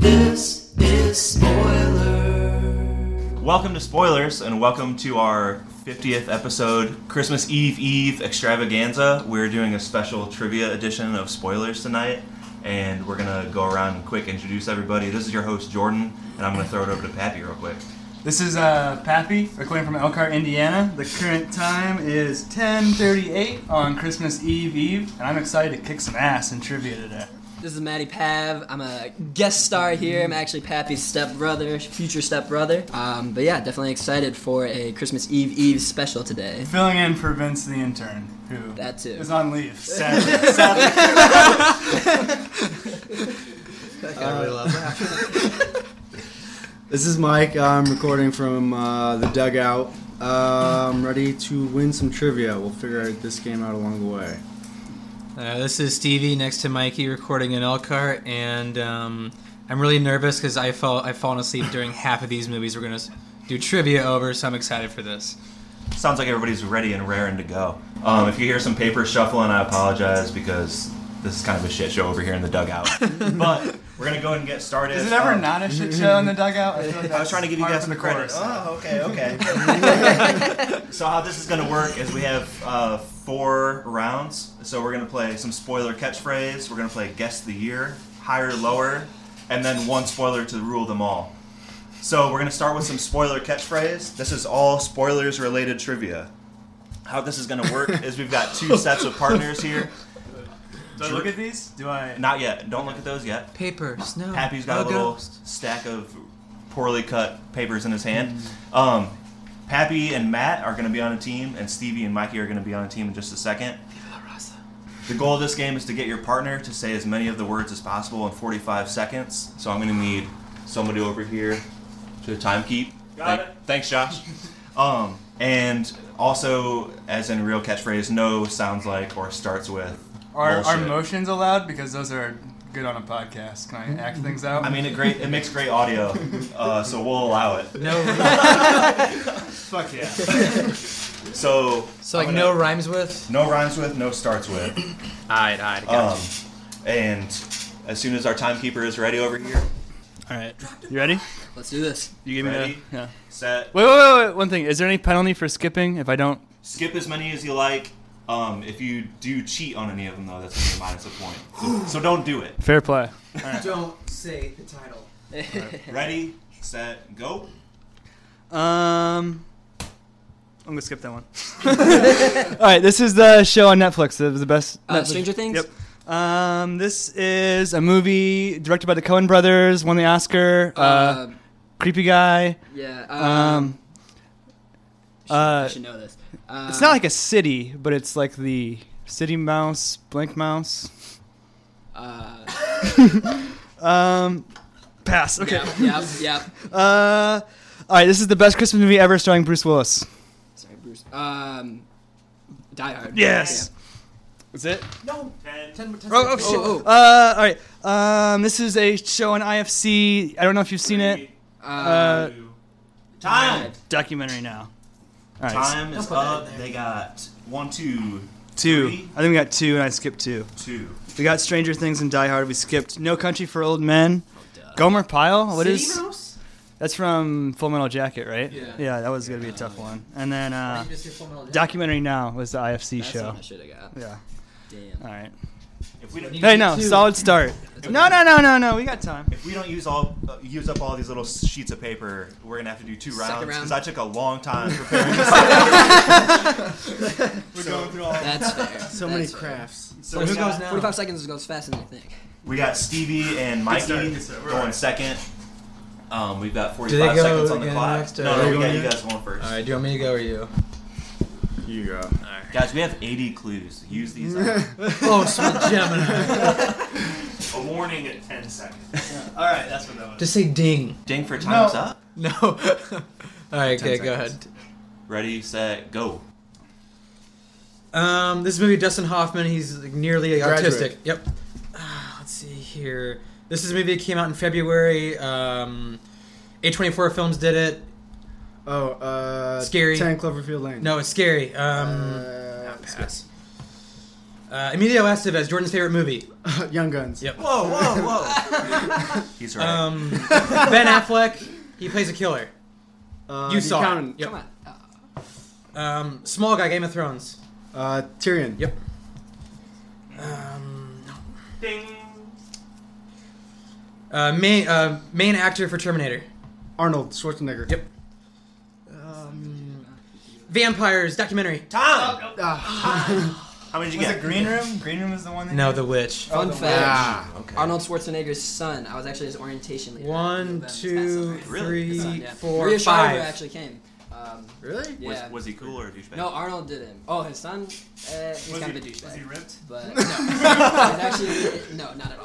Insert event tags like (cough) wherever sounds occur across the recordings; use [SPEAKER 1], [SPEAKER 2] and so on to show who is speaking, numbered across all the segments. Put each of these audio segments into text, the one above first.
[SPEAKER 1] This is spoiler.
[SPEAKER 2] Welcome to Spoilers, and welcome to our 50th episode, Christmas Eve Eve extravaganza. We're doing a special trivia edition of Spoilers tonight, and we're gonna go around and quick introduce everybody. This is your host, Jordan, and I'm gonna throw it over to Pappy real quick.
[SPEAKER 3] This is uh, Pappy, recording from Elkhart, Indiana. The current time is 10:38 on Christmas Eve Eve, and I'm excited to kick some ass in trivia today.
[SPEAKER 4] This is Maddie Pav. I'm a guest star here. I'm actually Pappy's stepbrother, future stepbrother. Um, but yeah, definitely excited for a Christmas Eve Eve special today.
[SPEAKER 3] Filling in for Vince the intern, who
[SPEAKER 4] That too.
[SPEAKER 3] is on leave. Sadly, sadly.
[SPEAKER 5] This is Mike. I'm recording from uh, the dugout. Uh, I'm ready to win some trivia. We'll figure out this game out along the way.
[SPEAKER 6] Uh, this is Stevie next to Mikey recording in Elkhart, and um, I'm really nervous because I fell I've fallen asleep (laughs) during half of these movies we're gonna s- do trivia over, so I'm excited for this.
[SPEAKER 2] Sounds like everybody's ready and raring to go. Um, if you hear some paper shuffling, I apologize because this is kind of a shit show over here in the
[SPEAKER 3] (laughs)
[SPEAKER 2] dugout. but we're gonna go ahead and get started.
[SPEAKER 3] Is it ever
[SPEAKER 2] Um,
[SPEAKER 3] not a shit show in the dugout? I, feel like
[SPEAKER 2] I was trying to give you guys
[SPEAKER 3] some
[SPEAKER 2] some credit. Oh, okay, okay. so how this is going to work is we have uh, four rounds. So we're going to play some spoiler catchphrase. We're going to play guess the year, higher, lower, and then one spoiler to rule them all. So we're going to start with some spoiler catchphrase. This is all spoilers related trivia. How this is going to work is we've got two sets of partners here.
[SPEAKER 3] Do I look at these? Do I?
[SPEAKER 2] Not yet. Don't look at those yet.
[SPEAKER 6] Paper, snow.
[SPEAKER 2] Happy's got a little stack of poorly cut papers in his hand. Um, Pappy and Matt are going to be on a team, and Stevie and Mikey are going to be on a team in just a second. The goal of this game is to get your partner to say as many of the words as possible in 45 seconds. So I'm going to need somebody over here to timekeep.
[SPEAKER 3] Got
[SPEAKER 2] Thank-
[SPEAKER 3] it.
[SPEAKER 2] Thanks,
[SPEAKER 3] (laughs)
[SPEAKER 2] Josh. um, and also, as in real catchphrase, no sounds like or starts with.
[SPEAKER 3] Are, are
[SPEAKER 2] bullshit.
[SPEAKER 3] motions allowed? Because those are good on a podcast. Can I act things out?
[SPEAKER 2] I mean, it great. It makes great audio, uh, so we'll allow it.
[SPEAKER 6] (laughs) No,
[SPEAKER 3] fuck yeah.
[SPEAKER 2] (laughs) So,
[SPEAKER 6] so like
[SPEAKER 2] I'm
[SPEAKER 6] no
[SPEAKER 2] gonna-
[SPEAKER 6] rhymes with.
[SPEAKER 2] no rhymes with, no starts with.
[SPEAKER 6] Alright, alright,
[SPEAKER 2] Um, and as soon as our timekeeper is ready over here,
[SPEAKER 3] All right, you ready?
[SPEAKER 4] Let's do this.
[SPEAKER 3] You give me
[SPEAKER 2] Ready?
[SPEAKER 3] the. Yeah.
[SPEAKER 2] set,
[SPEAKER 3] Wait, wait, wait, wait. One thing. Is there any penalty for skipping if I don't?
[SPEAKER 2] skip as many as you like. Um, if you do cheat on any of them, though, that's going to be minus a
[SPEAKER 3] (gasps)
[SPEAKER 2] point. So, so don't do it.
[SPEAKER 3] Fair play.
[SPEAKER 5] Don't say the title.
[SPEAKER 2] Ready, set, go.
[SPEAKER 3] Um, I'm gonna skip that one. (laughs) All right, this is the show on Netflix. It was the best.
[SPEAKER 4] Uh,
[SPEAKER 3] Netflix-
[SPEAKER 4] Stranger Things?
[SPEAKER 3] Yep. Um, this is a movie directed by the Coen Brothers, won the Oscar. Uh,
[SPEAKER 4] Uh,
[SPEAKER 3] creepy guy.
[SPEAKER 4] yeah.
[SPEAKER 3] Um,
[SPEAKER 4] Um, should- I
[SPEAKER 3] uh,
[SPEAKER 4] should know this. Uh,
[SPEAKER 3] it's not like a city, but it's like the city mouse, blank mouse.
[SPEAKER 4] Uh,
[SPEAKER 3] Um, pass. Okay.
[SPEAKER 4] yep, yep, yep.
[SPEAKER 3] Uh, all right, this is the best Christmas movie ever, starring Bruce Willis.
[SPEAKER 4] Sorry, Bruce. Um, Die Hard.
[SPEAKER 3] Yes. Is it?
[SPEAKER 2] No. Ten.
[SPEAKER 3] Oh, oh, shit.
[SPEAKER 4] Oh, oh.
[SPEAKER 3] Uh, all right. Um, this is a show on IFC. I don't know if you've seen it.
[SPEAKER 4] Yeah.
[SPEAKER 3] Uh,
[SPEAKER 2] Time.
[SPEAKER 3] documentary now. All right.
[SPEAKER 2] Time is
[SPEAKER 4] put that
[SPEAKER 2] up.
[SPEAKER 4] in
[SPEAKER 2] They got one, two,
[SPEAKER 3] Two.
[SPEAKER 2] Three.
[SPEAKER 3] I think we got two, and I skipped two.
[SPEAKER 2] two.
[SPEAKER 3] We got Stranger Things and Die Hard. We skipped No Country for Old Men. Gomer Pyle. What is?
[SPEAKER 4] Mouse?
[SPEAKER 3] That's from Full Metal Jacket, right?
[SPEAKER 4] Yeah.
[SPEAKER 3] Yeah, that was gonna be a tough one. And then uh,
[SPEAKER 4] Documentary
[SPEAKER 3] documentary now was the IFC
[SPEAKER 4] That's
[SPEAKER 3] show.
[SPEAKER 4] one I should have got.
[SPEAKER 3] Yeah.
[SPEAKER 4] Damn.
[SPEAKER 3] All right.
[SPEAKER 2] If we don't,
[SPEAKER 3] Hey, no,
[SPEAKER 4] two.
[SPEAKER 3] solid start. No, no, no, no, no. We got time.
[SPEAKER 2] if we don't use all uh, use up all these little sheets of paper, we're gonna have to do two
[SPEAKER 4] Second
[SPEAKER 2] rounds
[SPEAKER 4] round.
[SPEAKER 2] because I took a long time preparing. this. (laughs)
[SPEAKER 5] We're going through all
[SPEAKER 3] (laughs)
[SPEAKER 4] That's fair.
[SPEAKER 5] so many
[SPEAKER 4] That's fair.
[SPEAKER 5] crafts.
[SPEAKER 2] So we got-
[SPEAKER 4] 45 seconds goes faster than you think.
[SPEAKER 2] We got Stevie and Mikey going second. Um, we've got
[SPEAKER 6] they
[SPEAKER 2] 45
[SPEAKER 6] go
[SPEAKER 2] seconds on the
[SPEAKER 6] again
[SPEAKER 2] clock.
[SPEAKER 6] next, or-
[SPEAKER 2] no, no,
[SPEAKER 6] Are
[SPEAKER 2] we
[SPEAKER 6] they
[SPEAKER 2] got
[SPEAKER 6] going
[SPEAKER 2] you
[SPEAKER 6] again?
[SPEAKER 2] guys going first.
[SPEAKER 6] Alright, do you want me to go or you?
[SPEAKER 5] You go.
[SPEAKER 2] Guys, we have 80 clues. Use these.
[SPEAKER 6] Oh, sweet
[SPEAKER 2] (laughs)
[SPEAKER 6] Gemini.
[SPEAKER 2] a warning at 10 seconds.
[SPEAKER 3] All right, that's what that was.
[SPEAKER 6] (laughs) Just say ding.
[SPEAKER 2] Ding for time's
[SPEAKER 3] No.
[SPEAKER 2] up.
[SPEAKER 6] No. (laughs) Alright, okay, go ahead.
[SPEAKER 2] seconds. Ready, set, go.
[SPEAKER 6] Um, this movie Dustin Hoffman. He's like, nearly
[SPEAKER 5] Graduate.
[SPEAKER 6] autistic. Yep. Ah, let's see here. This is a movie that came out in February. Um, A24 Films did it.
[SPEAKER 5] Oh, uh.
[SPEAKER 6] Scary.
[SPEAKER 5] 10 Cloverfield Lane.
[SPEAKER 6] No, it's scary. Um,
[SPEAKER 5] Uh,
[SPEAKER 6] pass. Uh, Emilio Estevez, Jordan's favorite movie.
[SPEAKER 7] Young Guns.
[SPEAKER 6] Yep.
[SPEAKER 2] Whoa, whoa, whoa. He's right.
[SPEAKER 6] Um, ben Affleck, he plays a killer.
[SPEAKER 7] Uh,
[SPEAKER 6] You
[SPEAKER 7] the
[SPEAKER 6] saw
[SPEAKER 7] accountant.
[SPEAKER 6] it. Yep.
[SPEAKER 4] Come on. Uh,
[SPEAKER 6] Um, small guy, Game of Thrones.
[SPEAKER 7] Uh, Tyrion.
[SPEAKER 6] Yep. Um, no.
[SPEAKER 2] Ding.
[SPEAKER 6] uh, main uh, main actor for Terminator.
[SPEAKER 7] Arnold Schwarzenegger.
[SPEAKER 6] Yep. Um, vampires documentary.
[SPEAKER 2] Tom!
[SPEAKER 7] Ah,
[SPEAKER 2] How many did you
[SPEAKER 8] Was
[SPEAKER 2] get?
[SPEAKER 8] it Green Room? Green Room is the one. That
[SPEAKER 6] No, The Witch.
[SPEAKER 8] Oh,
[SPEAKER 4] Fun
[SPEAKER 8] the
[SPEAKER 4] fact.
[SPEAKER 7] ah.
[SPEAKER 2] Okay.
[SPEAKER 4] Arnold Schwarzenegger's son. I was actually his orientation leader.
[SPEAKER 6] One, two,
[SPEAKER 2] Really?
[SPEAKER 6] three,
[SPEAKER 4] Yeah.
[SPEAKER 6] four,
[SPEAKER 4] Maria Shriver
[SPEAKER 6] five.
[SPEAKER 4] actually came. Um,
[SPEAKER 7] Really?
[SPEAKER 4] yeah.
[SPEAKER 2] Was, was he cool or a douchebag?
[SPEAKER 4] no, Arnold didn't. Oh, his son. Uh, he's kind of a douchebag.
[SPEAKER 8] Was he ripped? (laughs)
[SPEAKER 4] But no, he's actually no, not at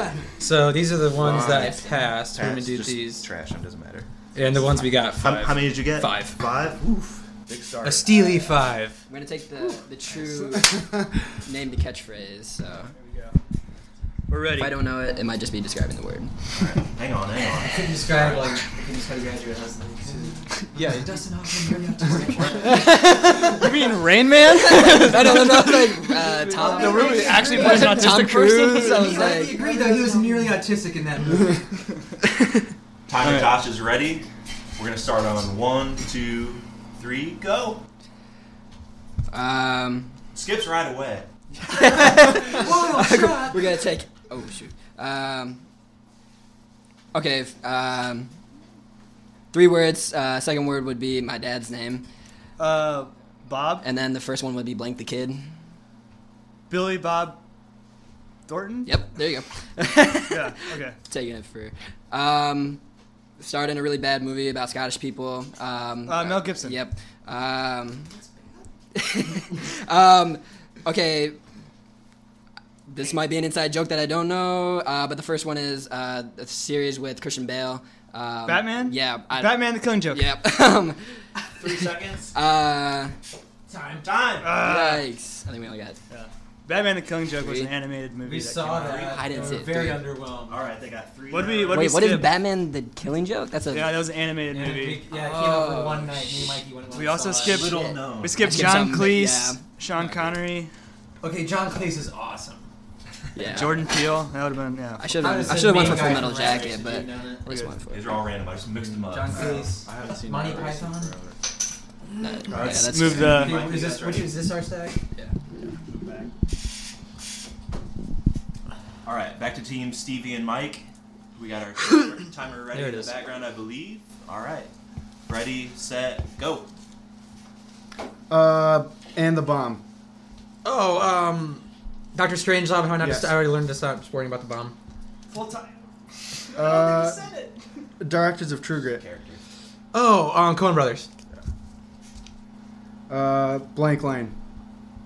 [SPEAKER 4] all. (laughs)
[SPEAKER 6] So these are the ones that I
[SPEAKER 4] Yes.
[SPEAKER 6] passed. We're gonna
[SPEAKER 2] Pass,
[SPEAKER 6] do
[SPEAKER 2] just
[SPEAKER 6] these,
[SPEAKER 2] Trash him, doesn't matter.
[SPEAKER 6] and the ones we got
[SPEAKER 2] How,
[SPEAKER 6] five.
[SPEAKER 2] how many did you get?
[SPEAKER 6] Five.
[SPEAKER 2] Five? Oof. Big start.
[SPEAKER 6] A steely five.
[SPEAKER 4] We're gonna take the the
[SPEAKER 6] (laughs)
[SPEAKER 4] true name to catchphrase. So
[SPEAKER 6] We're ready.
[SPEAKER 4] if I don't know it, it might just be describing the
[SPEAKER 6] (laughs)
[SPEAKER 4] word.
[SPEAKER 2] Hang on, hang
[SPEAKER 6] Couldn't describe like. Yeah.
[SPEAKER 3] You mean Rain Man?
[SPEAKER 4] I don't know. Like
[SPEAKER 6] (laughs)
[SPEAKER 4] uh, Tom.
[SPEAKER 3] The movie (laughs) actually plays an autistic
[SPEAKER 4] Tom
[SPEAKER 3] (laughs)
[SPEAKER 4] Cruise. I
[SPEAKER 3] person.
[SPEAKER 4] was like,
[SPEAKER 6] agree though. He was nearly autistic in that movie.
[SPEAKER 2] on. (laughs) Time and Josh is ready. We're gonna start on one, two, three, go.
[SPEAKER 4] um,
[SPEAKER 2] Skips right away.
[SPEAKER 4] we're gonna take. Oh shoot. Um. Okay. if, Um. Three words. Uh, second word would be my dad's name,
[SPEAKER 3] Uh, Bob,
[SPEAKER 4] and then the first one would be blank the kid.
[SPEAKER 3] Billy Bob Thornton.
[SPEAKER 4] Yep. There you go. (laughs)
[SPEAKER 3] Yeah. Okay.
[SPEAKER 4] Taking it for. Um. Starred in a really bad movie about Scottish people. Um,
[SPEAKER 3] Uh, Mel Gibson.
[SPEAKER 4] Yep. Um, (laughs) um, okay. This might be an inside joke that I don't know, uh, but the first one is uh, a series with Christian Bale. Um,
[SPEAKER 3] Batman?
[SPEAKER 4] Yeah. I,
[SPEAKER 3] Batman the Killing Joke.
[SPEAKER 4] Yep. (laughs) um,
[SPEAKER 2] Three seconds.
[SPEAKER 4] (laughs) uh,
[SPEAKER 2] Time. Time.
[SPEAKER 3] Uh,
[SPEAKER 4] yikes. I think we all got it.
[SPEAKER 3] Batman the Killing Joke was an
[SPEAKER 4] Sweet.
[SPEAKER 3] animated movie.
[SPEAKER 6] We
[SPEAKER 3] that
[SPEAKER 6] saw
[SPEAKER 3] came out.
[SPEAKER 6] that.
[SPEAKER 4] I didn't
[SPEAKER 6] We
[SPEAKER 4] see
[SPEAKER 6] were
[SPEAKER 4] it,
[SPEAKER 6] Very
[SPEAKER 4] dude.
[SPEAKER 6] underwhat'd
[SPEAKER 2] All right, they got three.
[SPEAKER 3] What do we-
[SPEAKER 2] now.
[SPEAKER 3] what do
[SPEAKER 4] Wait, what is
[SPEAKER 3] skip?
[SPEAKER 4] Batman the Killing Joke? That's a.
[SPEAKER 3] Yeah, that was an animated movie.
[SPEAKER 6] Yeah, it came
[SPEAKER 4] Oh,
[SPEAKER 6] out for one night. Me and Mikey went. and
[SPEAKER 3] We
[SPEAKER 6] saw
[SPEAKER 3] also
[SPEAKER 6] it.
[SPEAKER 3] skipped.
[SPEAKER 2] Little
[SPEAKER 4] Shit.
[SPEAKER 2] known.
[SPEAKER 3] We skipped
[SPEAKER 4] I skipped
[SPEAKER 3] John
[SPEAKER 4] some, but
[SPEAKER 3] Cleese,
[SPEAKER 4] yeah.
[SPEAKER 3] Sean Connery,
[SPEAKER 6] Okay, John Cleese is awesome.
[SPEAKER 4] yeah.
[SPEAKER 3] Jordan Peele. That would have been yeah.
[SPEAKER 4] I should have. I should have went for Full Metal Jacket, but I just went for.
[SPEAKER 2] These are all random. I just mixed them up.
[SPEAKER 6] John Cleese.
[SPEAKER 7] I haven't seen
[SPEAKER 6] Monty
[SPEAKER 7] that race in
[SPEAKER 6] Python?
[SPEAKER 7] forever.
[SPEAKER 4] No, yeah,
[SPEAKER 2] Let's
[SPEAKER 4] that's (laughs)
[SPEAKER 3] Move the.
[SPEAKER 2] Mikey,
[SPEAKER 6] is this,
[SPEAKER 2] that's
[SPEAKER 6] which
[SPEAKER 2] right.
[SPEAKER 6] is this our stack?
[SPEAKER 2] All right, back to team Stevie and Mike. We got
[SPEAKER 6] (coughs)
[SPEAKER 2] our timer- timer ready
[SPEAKER 6] There
[SPEAKER 2] in
[SPEAKER 6] it
[SPEAKER 2] the
[SPEAKER 6] is.
[SPEAKER 2] background, I believe. All right, ready, set, go.
[SPEAKER 7] Uh, and the bomb.
[SPEAKER 6] Oh, um, Doctor Strangelove. How not
[SPEAKER 7] Yes.
[SPEAKER 6] to, I already learned to stop worrying about the bomb.
[SPEAKER 2] Full time.
[SPEAKER 7] Uh, directors of True Grit.
[SPEAKER 2] Character.
[SPEAKER 6] Oh, um, Coen Brothers.
[SPEAKER 7] Uh, blank line.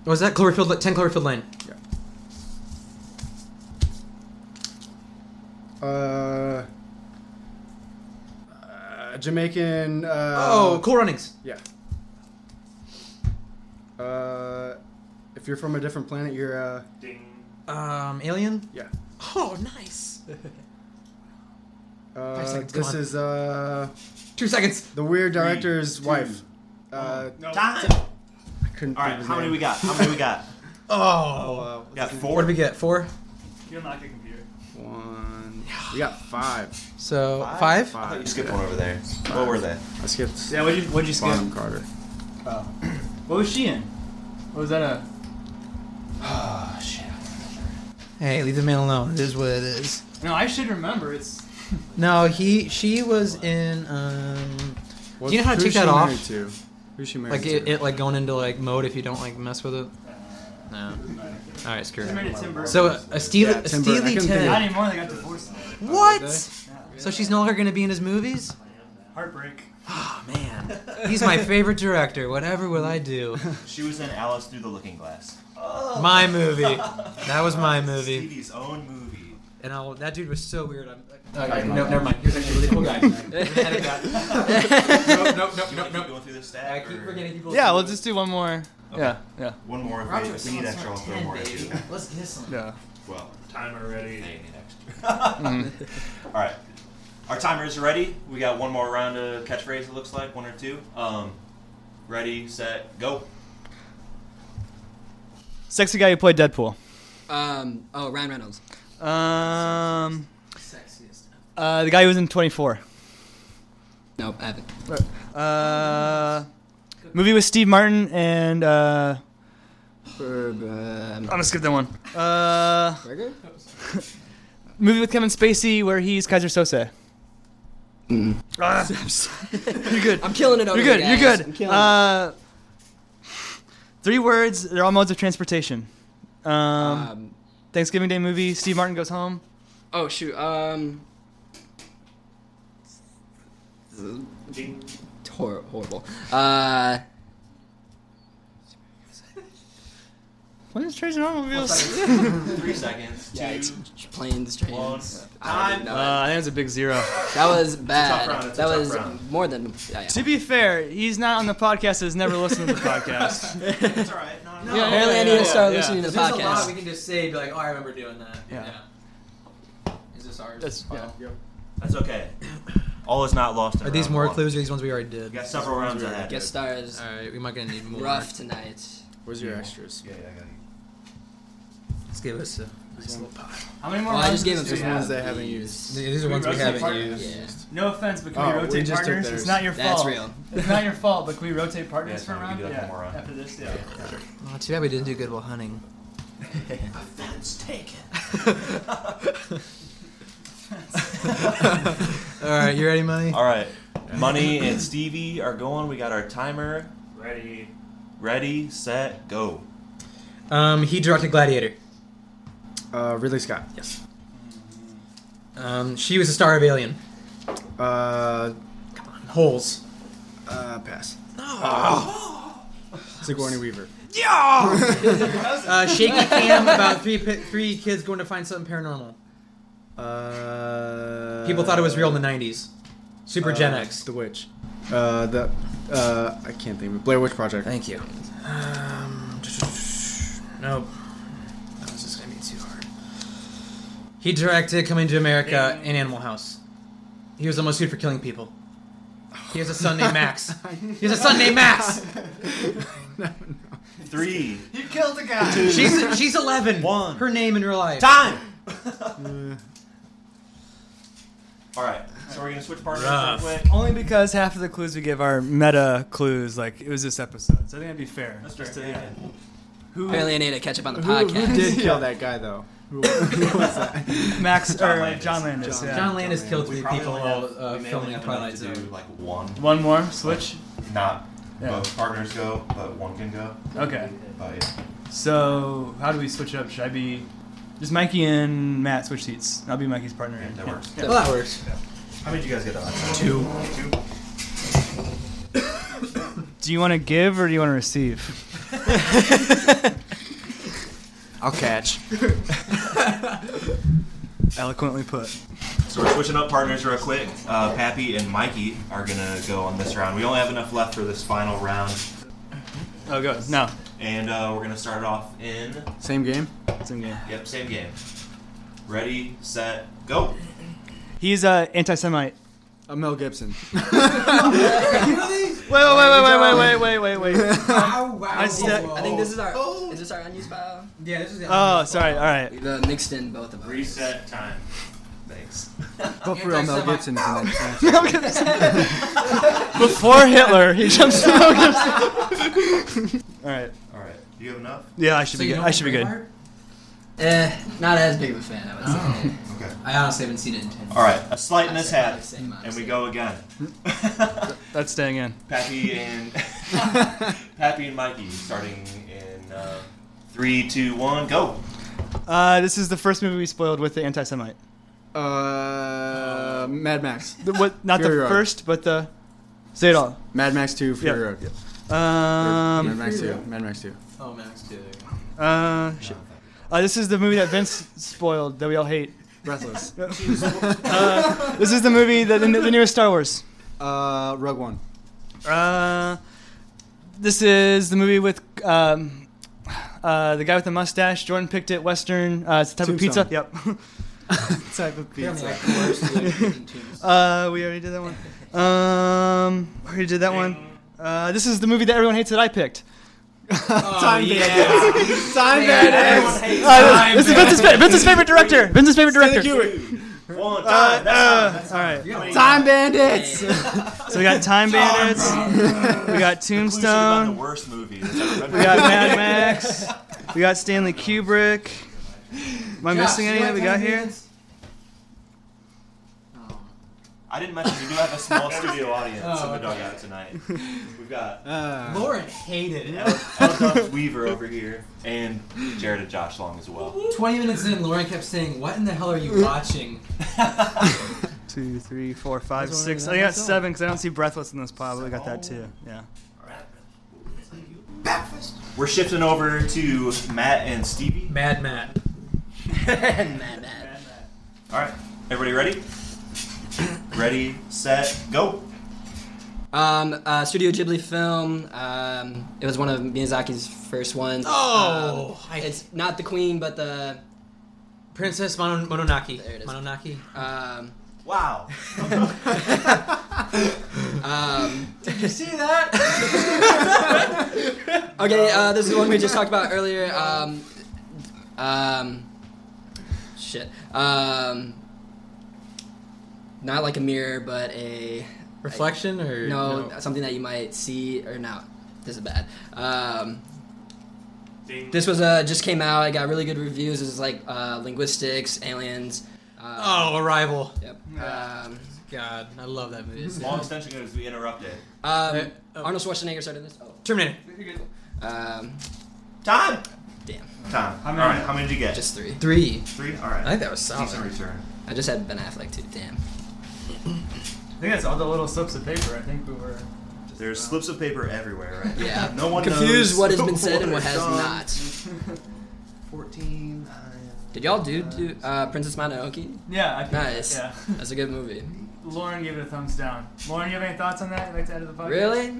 [SPEAKER 6] Was that Cloverfield? Li- Ten Cloverfield Lane.
[SPEAKER 7] Uh, uh, Jamaican. Uh,
[SPEAKER 6] oh, Cool Runnings.
[SPEAKER 7] yeah. Uh, if you're from a different planet, you're uh,
[SPEAKER 2] Ding.
[SPEAKER 6] Um, Alien.
[SPEAKER 7] yeah.
[SPEAKER 6] Oh, nice.
[SPEAKER 7] Uh,
[SPEAKER 6] seconds, come
[SPEAKER 7] this
[SPEAKER 6] on.
[SPEAKER 7] is uh
[SPEAKER 6] Two seconds.
[SPEAKER 7] the weird director's
[SPEAKER 2] two,
[SPEAKER 7] wife. Uh,
[SPEAKER 2] Time.
[SPEAKER 7] I couldn't
[SPEAKER 2] All
[SPEAKER 7] think
[SPEAKER 2] right,
[SPEAKER 7] of his
[SPEAKER 2] how many
[SPEAKER 7] name.
[SPEAKER 2] we got? How many we got?
[SPEAKER 7] Oh,
[SPEAKER 6] Oh.
[SPEAKER 7] uh,
[SPEAKER 2] We got
[SPEAKER 6] What did
[SPEAKER 2] four.
[SPEAKER 6] we get? Four.
[SPEAKER 8] You unlock your computer.
[SPEAKER 7] one. We got five.
[SPEAKER 6] So
[SPEAKER 2] Five?
[SPEAKER 6] five.
[SPEAKER 2] I thought you
[SPEAKER 7] Five.
[SPEAKER 2] skipped one over there. What were they?
[SPEAKER 7] I skipped.
[SPEAKER 8] Yeah, what'd you, what'd you skip?
[SPEAKER 7] Bonham Carter.
[SPEAKER 8] What was she in? What was that a?
[SPEAKER 6] Hey, leave the man alone. It is what it is.
[SPEAKER 8] No, I should remember. It's
[SPEAKER 6] No, he. She was in. Um,
[SPEAKER 7] What-
[SPEAKER 6] you know how to
[SPEAKER 7] who's
[SPEAKER 6] take that
[SPEAKER 7] she
[SPEAKER 6] off?
[SPEAKER 7] married To? Who's she married
[SPEAKER 6] like it,
[SPEAKER 7] to?
[SPEAKER 6] it, like going into like mode if you don't like mess with it. No. All right, screw it.
[SPEAKER 8] married to Tim Burton.
[SPEAKER 6] So uh, a Steely,
[SPEAKER 7] Yeah,
[SPEAKER 6] a
[SPEAKER 7] Tim Burton. I
[SPEAKER 6] Steely
[SPEAKER 7] couldn't think of
[SPEAKER 8] not
[SPEAKER 6] Ted.
[SPEAKER 8] anymore. They got divorced.
[SPEAKER 6] What? So she's no longer gonna be in his movies?
[SPEAKER 8] Heartbreak.
[SPEAKER 6] Oh man, he's my favorite director. Whatever will I do?
[SPEAKER 2] She was in Alice Through the Looking Glass.
[SPEAKER 6] My movie. That was my movie.
[SPEAKER 2] Stevie's own movie.
[SPEAKER 6] And I'll, that dude was so weird. I'm, okay, no, never mind. He was actually a really cool (laughs) guy. no, no, no,
[SPEAKER 2] Do you want
[SPEAKER 6] no,
[SPEAKER 2] to keep
[SPEAKER 6] no.
[SPEAKER 2] going through this
[SPEAKER 6] I
[SPEAKER 2] stack?
[SPEAKER 6] keep
[SPEAKER 2] or-
[SPEAKER 6] forgetting people.
[SPEAKER 3] Yeah, we'll just do one more.
[SPEAKER 2] Okay.
[SPEAKER 3] Yeah, yeah,
[SPEAKER 2] One more. If we, if we need extra, I'll throw more at you.
[SPEAKER 6] (laughs) Let's get some.
[SPEAKER 3] yeah.
[SPEAKER 2] (laughs) Well,
[SPEAKER 8] Timer
[SPEAKER 2] I
[SPEAKER 8] ready.
[SPEAKER 2] need extra.
[SPEAKER 8] (laughs)
[SPEAKER 2] All right. Our timer is ready. We got one more round of catchphrase, it looks like, one
[SPEAKER 6] (laughs)
[SPEAKER 2] or two. Um, ready, set, go.
[SPEAKER 3] Sexy guy who played Deadpool.
[SPEAKER 4] Um, oh, Ryan Reynolds.
[SPEAKER 3] Um,
[SPEAKER 6] Sexiest.
[SPEAKER 3] uh, the guy who was in 24.
[SPEAKER 4] Nope, I haven't.
[SPEAKER 3] Uh, movie with Steve Martin and uh,
[SPEAKER 4] Um,
[SPEAKER 3] I'm gonna skip that one. Uh,
[SPEAKER 4] Burger?
[SPEAKER 3] movie with Kevin Spacey where he's Kaiser Sosa.
[SPEAKER 4] Mm.
[SPEAKER 3] Ah, you're good.
[SPEAKER 4] I'm killing it over
[SPEAKER 3] You're good.
[SPEAKER 4] here,
[SPEAKER 3] You're
[SPEAKER 4] guys. I'm
[SPEAKER 3] good.
[SPEAKER 4] killing
[SPEAKER 3] Uh, (sighs) three words. They're all modes of transportation. Um,
[SPEAKER 4] it. Um,
[SPEAKER 3] Thanksgiving Day movie. Steve Martin goes home.
[SPEAKER 4] oh shoot. Um, it's hor- horrible. Uh,
[SPEAKER 3] What is Trajan Automobiles?
[SPEAKER 2] Three seconds.
[SPEAKER 4] yeah, it's planes,
[SPEAKER 2] One.
[SPEAKER 4] trains. I
[SPEAKER 2] Time.
[SPEAKER 4] didn't know
[SPEAKER 3] Uh,
[SPEAKER 4] that.
[SPEAKER 3] I think it's a big zero.
[SPEAKER 4] That was
[SPEAKER 2] tough
[SPEAKER 4] bad.
[SPEAKER 2] round, it's a
[SPEAKER 4] That
[SPEAKER 2] tough
[SPEAKER 4] was
[SPEAKER 2] round.
[SPEAKER 4] more than. Yeah, yeah.
[SPEAKER 3] to be fair, he's not on the podcast. Has never listened to the podcast.
[SPEAKER 2] It's all right. No, no.
[SPEAKER 3] Yeah,
[SPEAKER 4] Apparently, I need
[SPEAKER 3] yeah,
[SPEAKER 4] to start
[SPEAKER 3] yeah.
[SPEAKER 4] listening to the
[SPEAKER 6] There's a lot we
[SPEAKER 4] podcast.
[SPEAKER 6] can just say, be like, oh, I remember doing that.
[SPEAKER 3] Yeah.
[SPEAKER 6] Is this ours? Oh.
[SPEAKER 3] That's- yeah.
[SPEAKER 2] That's okay. All is not lost. in
[SPEAKER 6] Are these
[SPEAKER 2] round
[SPEAKER 6] more
[SPEAKER 2] one.
[SPEAKER 6] clues or these ones we already did?
[SPEAKER 2] We got several rounds ahead.
[SPEAKER 4] Guest star is
[SPEAKER 6] All right, we might gonna need more.
[SPEAKER 4] rough tonight.
[SPEAKER 7] Where's your extras?
[SPEAKER 2] Yeah, yeah, I got you.
[SPEAKER 6] Let's give us. A,
[SPEAKER 8] (laughs) How many more?
[SPEAKER 4] Well, Oh, I
[SPEAKER 8] rounds
[SPEAKER 4] just gave
[SPEAKER 8] does this
[SPEAKER 4] him
[SPEAKER 8] do
[SPEAKER 4] some
[SPEAKER 8] we have?
[SPEAKER 7] ones that haven't
[SPEAKER 4] used.
[SPEAKER 6] these are ones we
[SPEAKER 8] rotate
[SPEAKER 6] haven't
[SPEAKER 8] partners?
[SPEAKER 6] used.
[SPEAKER 4] Yeah,
[SPEAKER 8] No offense, but can
[SPEAKER 7] Oh,
[SPEAKER 8] we
[SPEAKER 7] we
[SPEAKER 8] rotate
[SPEAKER 7] just took
[SPEAKER 8] partners?
[SPEAKER 7] theirs.
[SPEAKER 8] It's not your
[SPEAKER 4] that's
[SPEAKER 8] fault.
[SPEAKER 4] real.
[SPEAKER 8] It's not your fault, but can we rotate partners
[SPEAKER 2] Yeah,
[SPEAKER 8] for a
[SPEAKER 2] no, we
[SPEAKER 8] round?
[SPEAKER 2] do that one more round.
[SPEAKER 8] After this, yeah.
[SPEAKER 6] Oh, too bad we didn't do good while hunting.
[SPEAKER 2] Offense taken.
[SPEAKER 6] All right, you ready, money?
[SPEAKER 2] All right. Money and Stevie are going. We got our timer.
[SPEAKER 8] Ready.
[SPEAKER 2] Ready, set, go.
[SPEAKER 6] Um, he directed Gladiator.
[SPEAKER 7] Uh, Ridley Scott.
[SPEAKER 6] Yes. Um, she was the star of Alien.
[SPEAKER 7] Uh,
[SPEAKER 6] Holes.
[SPEAKER 7] uh, pass. Ah. Sigourney Weaver.
[SPEAKER 6] Uh, shaky cam about three pi- three kids going to find something paranormal.
[SPEAKER 7] Uh,
[SPEAKER 6] People thought it was real in the '90s. Super Gen
[SPEAKER 7] uh,
[SPEAKER 6] X.
[SPEAKER 7] The Witch. Uh, the uh, I can't think of it. Blair Witch Project.
[SPEAKER 6] Thank you. Um, no, this is gonna be too hard. He directed Coming to America in Animal House. He was almost sued for killing people. He has a son named Max. He has a son named Max.
[SPEAKER 2] Three.
[SPEAKER 8] You killed the guy.
[SPEAKER 6] She's she's 11.
[SPEAKER 2] One.
[SPEAKER 6] Her name in real life.
[SPEAKER 2] Time! All right. So we're going to switch partners
[SPEAKER 6] Rough.
[SPEAKER 2] real quick.
[SPEAKER 3] (laughs) Only because half of the clues we give are meta clues. Like it was this episode, so I think that'd be fair.
[SPEAKER 2] That's
[SPEAKER 3] Just
[SPEAKER 2] fair,
[SPEAKER 3] to-
[SPEAKER 2] yeah.
[SPEAKER 3] Who
[SPEAKER 4] Apparently, I need to catch up on the
[SPEAKER 7] Who,
[SPEAKER 4] podcast.
[SPEAKER 7] who
[SPEAKER 6] (laughs)
[SPEAKER 7] did kill that guy though? Who, who was that?
[SPEAKER 3] (laughs) Max
[SPEAKER 2] John
[SPEAKER 3] or
[SPEAKER 2] Landis.
[SPEAKER 3] John Landis? yeah.
[SPEAKER 6] John Landis
[SPEAKER 7] John
[SPEAKER 6] killed
[SPEAKER 2] We
[SPEAKER 6] three
[SPEAKER 2] probably
[SPEAKER 6] people
[SPEAKER 2] only
[SPEAKER 6] while
[SPEAKER 2] have-
[SPEAKER 6] uh,
[SPEAKER 2] we may only
[SPEAKER 6] filming
[SPEAKER 2] have
[SPEAKER 6] Twilight
[SPEAKER 2] enough to
[SPEAKER 6] Zone.
[SPEAKER 2] do like one.
[SPEAKER 3] One more switch.
[SPEAKER 2] Not
[SPEAKER 3] Yeah.
[SPEAKER 2] both partners go, but one can go.
[SPEAKER 3] Okay.
[SPEAKER 2] But yeah.
[SPEAKER 3] So how do we switch it up? Should I be just Mikey and Matt switch seats? I'll be Mikey's partner.
[SPEAKER 2] Yeah, that works.
[SPEAKER 6] Well, that works.
[SPEAKER 2] How many did you guys get that last time?
[SPEAKER 6] Two.
[SPEAKER 2] Two?
[SPEAKER 3] Do you want to give or do you want to receive? I'll catch. Eloquently put.
[SPEAKER 2] So we're switching up partners real quick. Uh, Pappy and Mikey are going to go on this round. We only have enough left for this final round.
[SPEAKER 3] Oh, go. No.
[SPEAKER 2] And uh, we're going to start it off in
[SPEAKER 7] Same game.
[SPEAKER 3] Same game.
[SPEAKER 2] Yep, same game. Ready, set, go.
[SPEAKER 3] He's uh, anti-Semite.
[SPEAKER 7] Uh, Mel Gibson.
[SPEAKER 3] Wait, wait, wait, wait, wait, wait, wait, wait.
[SPEAKER 6] Wow, wow.
[SPEAKER 3] I said-
[SPEAKER 6] uh,
[SPEAKER 4] I think this is our. Is this our unused file?
[SPEAKER 6] Yeah, this is. the-
[SPEAKER 3] (laughs) Oh, sorry. All right.
[SPEAKER 4] The mixed in both of us.
[SPEAKER 2] time. Thanks.
[SPEAKER 7] But for real, Mel Gibson is in that.
[SPEAKER 3] Before Hitler, he jumps (laughs) to Mel Gibson. All right.
[SPEAKER 2] All right. Do you have enough?
[SPEAKER 3] Yeah, I should
[SPEAKER 6] So
[SPEAKER 3] be
[SPEAKER 6] you
[SPEAKER 3] good.
[SPEAKER 6] know
[SPEAKER 3] I should be good.
[SPEAKER 6] Braveheart?
[SPEAKER 4] Eh, not as big of a fan, I would say.
[SPEAKER 7] Oh.
[SPEAKER 2] Okay.
[SPEAKER 6] I honestly haven't seen it in ten.
[SPEAKER 2] All right. A slight
[SPEAKER 4] Same,
[SPEAKER 2] mishap,
[SPEAKER 4] same,
[SPEAKER 2] and we
[SPEAKER 4] same.
[SPEAKER 2] go
[SPEAKER 3] (laughs)
[SPEAKER 2] again.
[SPEAKER 3] That's staying in.
[SPEAKER 2] Pappy
[SPEAKER 3] (laughs)
[SPEAKER 2] and Pappy and Mikey, starting in uh, three, two, one,
[SPEAKER 3] (laughs)
[SPEAKER 2] go.
[SPEAKER 3] Uh, this is the first movie we spoiled with the anti-Semite.
[SPEAKER 7] Uh, Mad Max.
[SPEAKER 3] The, what? Not
[SPEAKER 7] Fury
[SPEAKER 3] the
[SPEAKER 7] Road.
[SPEAKER 3] first, but the. Say it all.
[SPEAKER 7] Mad Max Two. Fury
[SPEAKER 3] Yeah.
[SPEAKER 7] Road. Mad
[SPEAKER 3] Um.
[SPEAKER 7] Max Two. Mad Max Two.
[SPEAKER 6] Oh, Max too.
[SPEAKER 3] Uh, shit. Uh, this is the movie that Vince spoiled that we all hate.
[SPEAKER 6] (laughs)
[SPEAKER 7] Breathless.
[SPEAKER 3] Uh, this is the movie that the, the newest Star Wars.
[SPEAKER 7] Uh, Rogue One.
[SPEAKER 3] Uh, this is the movie with um, uh, the guy with the mustache. Jordan picked it. Western. Uh, it's a type of
[SPEAKER 7] Tombstone.
[SPEAKER 3] pizza. Yep.
[SPEAKER 7] Type of
[SPEAKER 6] Apparently, I coerced you into eating tubes.
[SPEAKER 3] (laughs) Uh, we already did that one. Um, we already did that one. Uh, this is the movie that everyone hates that I picked.
[SPEAKER 7] Time
[SPEAKER 6] Oh,
[SPEAKER 7] bandits. Time
[SPEAKER 2] Everyone
[SPEAKER 7] bandits.
[SPEAKER 2] hates
[SPEAKER 3] Uh, this is Vince's, fa- Vince's favorite director. Vince's favorite
[SPEAKER 7] Stanley
[SPEAKER 3] director.
[SPEAKER 7] Kubrick.
[SPEAKER 2] One time. that's-
[SPEAKER 3] All right.
[SPEAKER 2] that's-
[SPEAKER 7] Time bandits.
[SPEAKER 3] So we got Time Bandits. We got
[SPEAKER 2] Conclusion about the
[SPEAKER 3] Tombstone.
[SPEAKER 2] worst movie that's
[SPEAKER 3] (laughs)
[SPEAKER 2] ever been
[SPEAKER 3] We got Mad Max. We got Stanley Kubrick. Am I missing any that we got here?
[SPEAKER 2] I didn't mention we do have a small studio audience
[SPEAKER 3] Oh,
[SPEAKER 2] in the dugout tonight. We've got
[SPEAKER 7] Uh,
[SPEAKER 6] Lauren hated it.
[SPEAKER 2] El- Elduff Weaver over here and Jared and Josh Long as (laughs) well.
[SPEAKER 6] 20 minutes in, Lauren kept saying, What in the hell are you watching?
[SPEAKER 3] Two, three, four, five,
[SPEAKER 6] That's
[SPEAKER 3] six.
[SPEAKER 6] one
[SPEAKER 3] I
[SPEAKER 6] I
[SPEAKER 3] got
[SPEAKER 6] saw.
[SPEAKER 3] seven because I don't see Breathless in this pile, but we got that too. Yeah.
[SPEAKER 2] We're shifting over to Matt and Stevie.
[SPEAKER 6] Mad Matt.
[SPEAKER 4] Mad Max.
[SPEAKER 2] All right, everybody ready? Ready, set, go.
[SPEAKER 4] Um, uh, Studio Ghibli film. Um, it was one of Miyazaki's first ones.
[SPEAKER 6] Oh,
[SPEAKER 4] Um,
[SPEAKER 6] I-
[SPEAKER 4] it's not the Queen, but the
[SPEAKER 6] Princess Mono- Mononaki.
[SPEAKER 4] There it is.
[SPEAKER 6] Mononaki.
[SPEAKER 4] um,
[SPEAKER 2] Wow.
[SPEAKER 4] um,
[SPEAKER 6] Did you see that?
[SPEAKER 4] (laughs) Okay, uh, this is the one we just talked about earlier. Um, um, shit. Um, not like a mirror, but a
[SPEAKER 6] Reflection or.
[SPEAKER 4] no, something that you might see or no. This is bad. Um, this was uh, just came out. It got really good reviews. This is like uh, linguistics, aliens. Uh,
[SPEAKER 6] Oh, Arrival.
[SPEAKER 4] Yep. Um,
[SPEAKER 6] God, I love that movie.
[SPEAKER 2] Long extension goes we interrupted.
[SPEAKER 4] um,
[SPEAKER 6] oh.
[SPEAKER 4] Arnold Schwarzenegger started this.
[SPEAKER 6] Terminator.
[SPEAKER 4] Oh, um,
[SPEAKER 2] Time.
[SPEAKER 4] damn,
[SPEAKER 2] Time.
[SPEAKER 8] many-
[SPEAKER 2] All right. How many did you get?
[SPEAKER 4] just three.
[SPEAKER 6] Three.
[SPEAKER 2] three. All
[SPEAKER 6] I think
[SPEAKER 2] right.
[SPEAKER 6] that was
[SPEAKER 2] Decent
[SPEAKER 6] solid.
[SPEAKER 2] return.
[SPEAKER 4] I just had Ben Affleck too. Damn.
[SPEAKER 3] I think that's all the little slips of paper. I think we were.
[SPEAKER 2] There's slips of paper everywhere right
[SPEAKER 4] Yeah.
[SPEAKER 2] No one
[SPEAKER 4] confused
[SPEAKER 2] knows
[SPEAKER 4] what has been said and what
[SPEAKER 2] what
[SPEAKER 4] has
[SPEAKER 2] is done.
[SPEAKER 4] not.
[SPEAKER 2] (laughs) 14. uh,
[SPEAKER 4] Did y'all do, do uh, Princess Mononoke?
[SPEAKER 3] Yeah. I think,
[SPEAKER 4] Nice.
[SPEAKER 3] Yeah.
[SPEAKER 4] That's a good movie.
[SPEAKER 3] (laughs) Lauren gave it a thumbs down. Lauren, you have any thoughts on that? You'd like to add to the podcast?
[SPEAKER 4] Really?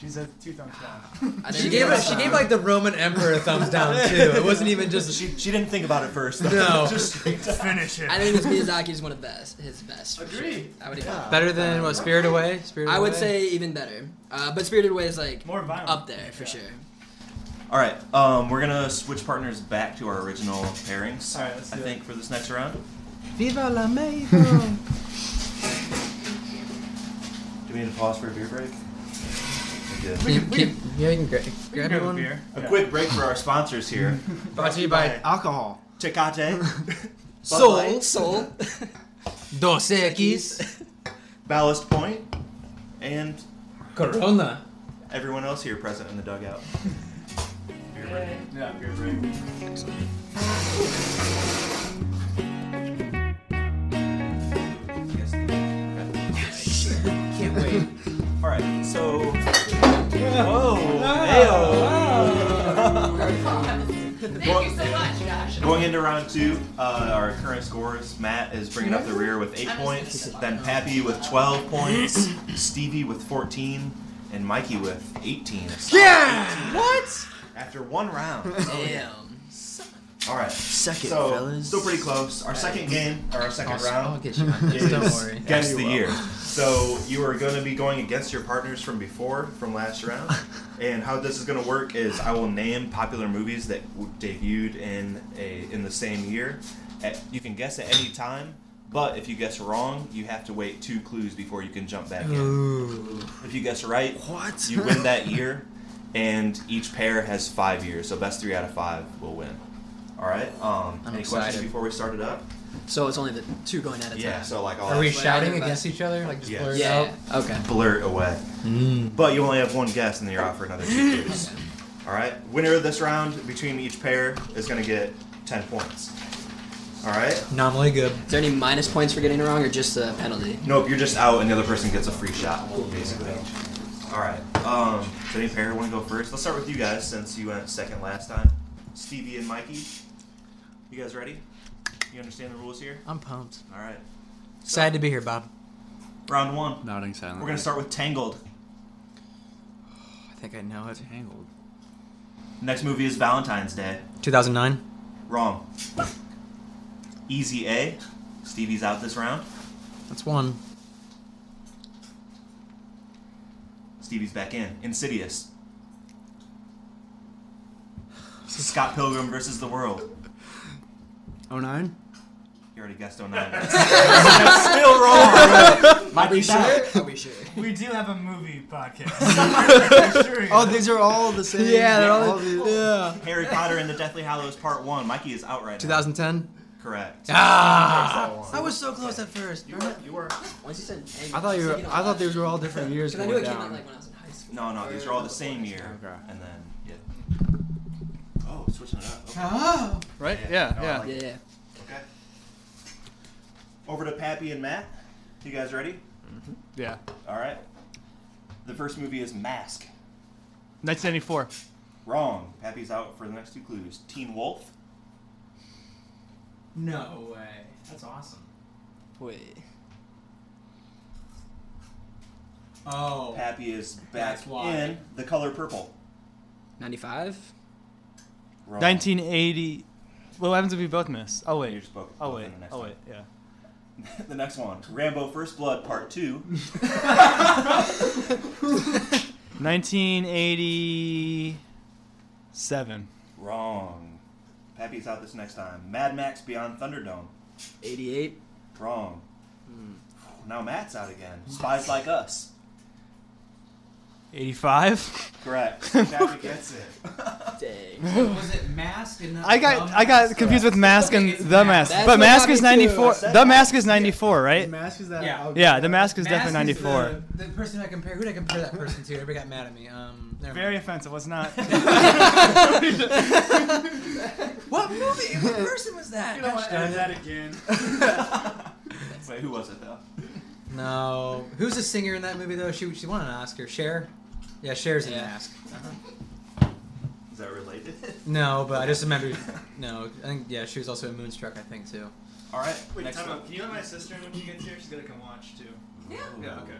[SPEAKER 3] She said two thumbs down. (laughs)
[SPEAKER 4] I
[SPEAKER 6] She
[SPEAKER 4] didn't
[SPEAKER 6] gave,
[SPEAKER 4] know
[SPEAKER 6] us, she
[SPEAKER 4] that.
[SPEAKER 6] gave like the Roman Emperor a thumbs down too. It wasn't even just
[SPEAKER 2] (laughs) She, she didn't think about it first. (laughs)
[SPEAKER 6] No.
[SPEAKER 2] Just straight up.
[SPEAKER 3] Finish it.
[SPEAKER 4] I think it's Miyazaki's one of best. His best. for sure.
[SPEAKER 2] Agreed.
[SPEAKER 4] I would.
[SPEAKER 6] better than what Spirit Away. Spirit
[SPEAKER 4] I would
[SPEAKER 6] Away?
[SPEAKER 4] say uh, even better. Uh, but Spirited Away is like
[SPEAKER 3] More violent.
[SPEAKER 4] up there for sure.
[SPEAKER 2] All right, um, we're gonna switch partners back to our original pairings.
[SPEAKER 3] All right, let's do
[SPEAKER 2] I
[SPEAKER 3] it.
[SPEAKER 2] think for this next round.
[SPEAKER 6] Viva
[SPEAKER 3] (laughs)
[SPEAKER 6] la Maple.
[SPEAKER 2] Do we need to pause for a beer break? We did.
[SPEAKER 6] yeah, you can gra- grab
[SPEAKER 3] Grab a
[SPEAKER 6] one.
[SPEAKER 3] beer.
[SPEAKER 2] A quick break for our sponsors here.
[SPEAKER 6] Brought to you by
[SPEAKER 7] alcohol.
[SPEAKER 2] Tecate,
[SPEAKER 6] Soul
[SPEAKER 4] Soul.
[SPEAKER 6] (laughs) Dos Equis
[SPEAKER 2] Ballast Point, and
[SPEAKER 6] Corona.
[SPEAKER 2] everyone else here present in the dugout. Beer break.
[SPEAKER 3] Yeah, beer break.
[SPEAKER 6] Can't wait.
[SPEAKER 2] All right, so
[SPEAKER 9] Thank you so much, Josh.
[SPEAKER 2] Going into round two, uh, our current scores: Matt is bringing up the rear with eight points, then Pappy with twelve points, Stevie with fourteen, and Mikey with eighteen.
[SPEAKER 7] Yeah.
[SPEAKER 2] What? After one round.
[SPEAKER 4] Damn.
[SPEAKER 2] All right.
[SPEAKER 4] Second,
[SPEAKER 2] so still pretty close. Our second game or our second
[SPEAKER 6] I'll
[SPEAKER 2] round
[SPEAKER 6] get you on this.
[SPEAKER 2] is
[SPEAKER 6] Don't worry.
[SPEAKER 2] guess
[SPEAKER 7] Yeah,
[SPEAKER 2] the
[SPEAKER 7] you will.
[SPEAKER 2] year. So you are going to be going against your partners from before, from last
[SPEAKER 6] (laughs)
[SPEAKER 2] round. And how this is going to work is I will name popular movies that w- debuted in a in the same year. At, you can guess at any time, but if you guess wrong, you have to wait two clues before you can jump back in.
[SPEAKER 6] Ooh.
[SPEAKER 2] If you guess right,
[SPEAKER 7] What?
[SPEAKER 2] you win
[SPEAKER 6] (laughs)
[SPEAKER 2] that year, and each pair has five years. So best three out of five will win. All right. Um,
[SPEAKER 4] I'm
[SPEAKER 2] any questions
[SPEAKER 4] excited.
[SPEAKER 2] before we started up?
[SPEAKER 4] So it's only the two going at a time.
[SPEAKER 2] Yeah. So like, all
[SPEAKER 6] Are we
[SPEAKER 2] that
[SPEAKER 6] shouting against each other? Like just
[SPEAKER 2] Yes.
[SPEAKER 6] blurred
[SPEAKER 4] Yeah.
[SPEAKER 6] out?
[SPEAKER 4] Okay.
[SPEAKER 2] blurt away. But you only have one guess, and then you're out for another two clues. All right. Winner of this round between each pair is going to get ten points. All right.
[SPEAKER 6] Nominally good.
[SPEAKER 4] Is there any minus points for getting it wrong, or just a penalty?
[SPEAKER 2] Nope. You're just out, and the other person gets a free shot, basically. All right. Um, does any pair want to go first? Let's start with you guys since you went second last time. Stevie and Mikey. You guys ready? You understand the rules here?
[SPEAKER 6] I'm pumped.
[SPEAKER 2] All right.
[SPEAKER 6] Excited to be here, Bob.
[SPEAKER 2] Round one.
[SPEAKER 7] Nodding silently.
[SPEAKER 2] We're gonna start with Tangled.
[SPEAKER 6] I think I know it.
[SPEAKER 7] Tangled.
[SPEAKER 2] Next movie is Valentine's Day.
[SPEAKER 6] 2009.
[SPEAKER 2] Wrong. Easy A. Stevie's out this round.
[SPEAKER 6] That's one.
[SPEAKER 2] Stevie's back in. Insidious. Scott Pilgrim versus the World.
[SPEAKER 7] Oh nine.
[SPEAKER 2] You already guessed 09. (laughs) That's Still wrong. Might be sure.
[SPEAKER 4] Are we sure?
[SPEAKER 8] We do have a movie
[SPEAKER 3] (laughs)
[SPEAKER 8] podcast. sure you
[SPEAKER 7] Oh, these are all the same.
[SPEAKER 6] Yeah, they're all-
[SPEAKER 7] the,
[SPEAKER 2] Harry Potter and the Deathly Hallows Part 1. Mikey is out right now.
[SPEAKER 6] 2010.
[SPEAKER 2] Correct.
[SPEAKER 6] Ah.
[SPEAKER 7] I was so close at first.
[SPEAKER 2] You were, you were.
[SPEAKER 4] Once you said,
[SPEAKER 7] I thought you were. I thought these were all different
[SPEAKER 4] (laughs)
[SPEAKER 7] years
[SPEAKER 4] Because I knew
[SPEAKER 7] going
[SPEAKER 4] it came out
[SPEAKER 7] down.
[SPEAKER 4] like when I was in high school.
[SPEAKER 2] No, no, these are all the same year.
[SPEAKER 7] Okay.
[SPEAKER 2] And then, yeah. Oh, switching it up. Okay.
[SPEAKER 6] Oh.
[SPEAKER 3] Right? Yeah,
[SPEAKER 2] No, I
[SPEAKER 3] yeah.
[SPEAKER 2] like
[SPEAKER 4] Yeah, yeah.
[SPEAKER 2] Okay. Over to Pappy and Matt. You guys ready?
[SPEAKER 3] Yeah.
[SPEAKER 2] All right. The first movie is Mask.
[SPEAKER 3] 1994.
[SPEAKER 2] Wrong. Pappy's out for the next two clues. Teen Wolf.
[SPEAKER 6] No way.
[SPEAKER 10] That's awesome.
[SPEAKER 4] Wait.
[SPEAKER 6] Oh.
[SPEAKER 2] Pappy is back
[SPEAKER 6] That's why.
[SPEAKER 2] in The Color Purple.
[SPEAKER 4] 95?
[SPEAKER 2] Wrong.
[SPEAKER 3] 1980. Well, what happens if we both miss? Oh,
[SPEAKER 2] You
[SPEAKER 3] wait.
[SPEAKER 2] just spoke.
[SPEAKER 3] Oh,
[SPEAKER 2] both
[SPEAKER 3] wait.
[SPEAKER 2] in the next
[SPEAKER 3] Oh,
[SPEAKER 2] one.
[SPEAKER 3] wait. Yeah.
[SPEAKER 2] (laughs) The next one, Rambo: First Blood Part Two.
[SPEAKER 3] 1987.
[SPEAKER 2] Wrong. Pappy's out this next time. Mad Max Beyond Thunderdome.
[SPEAKER 4] 88?
[SPEAKER 2] Wrong. Now Matt's out again. Spies Like Us.
[SPEAKER 3] 85.
[SPEAKER 2] Correct. Pappy gets it.
[SPEAKER 4] Dang. (laughs)
[SPEAKER 6] Was it mask and not
[SPEAKER 3] I got
[SPEAKER 6] the
[SPEAKER 3] I got confused with Mask and The Mask,
[SPEAKER 4] That's
[SPEAKER 3] but
[SPEAKER 4] what
[SPEAKER 3] Mask
[SPEAKER 4] got
[SPEAKER 3] is
[SPEAKER 4] me too. I
[SPEAKER 3] 94.
[SPEAKER 2] said
[SPEAKER 3] The
[SPEAKER 2] that.
[SPEAKER 3] Mask is 94, right?
[SPEAKER 7] mask is that?
[SPEAKER 6] Yeah.
[SPEAKER 7] I'll-
[SPEAKER 3] Yeah, The Mask is
[SPEAKER 6] Mask
[SPEAKER 3] definitely
[SPEAKER 6] is
[SPEAKER 3] 94.
[SPEAKER 6] The, the person I compare, who did I compare that person to? Everybody got mad at me. Um, never
[SPEAKER 3] Very
[SPEAKER 6] mind.
[SPEAKER 3] offensive. What's not?
[SPEAKER 6] What movie? What person
[SPEAKER 3] (laughs)
[SPEAKER 6] was that?
[SPEAKER 3] again.
[SPEAKER 2] Wait, who was it though?
[SPEAKER 6] No. Who's the singer in that movie though? She she won an Oscar. Cher. Yeah, Cher's in
[SPEAKER 4] Yeah.
[SPEAKER 6] mask.
[SPEAKER 2] Is that related?
[SPEAKER 6] No, but I just remember. No, I think yeah, she was also in Moonstruck. I think too.
[SPEAKER 2] All right.
[SPEAKER 10] Wait,
[SPEAKER 2] next
[SPEAKER 10] time
[SPEAKER 2] one.
[SPEAKER 10] out. Can you let my sister in when she gets here? She's gonna come watch too.
[SPEAKER 2] Ooh,
[SPEAKER 10] Yeah, okay.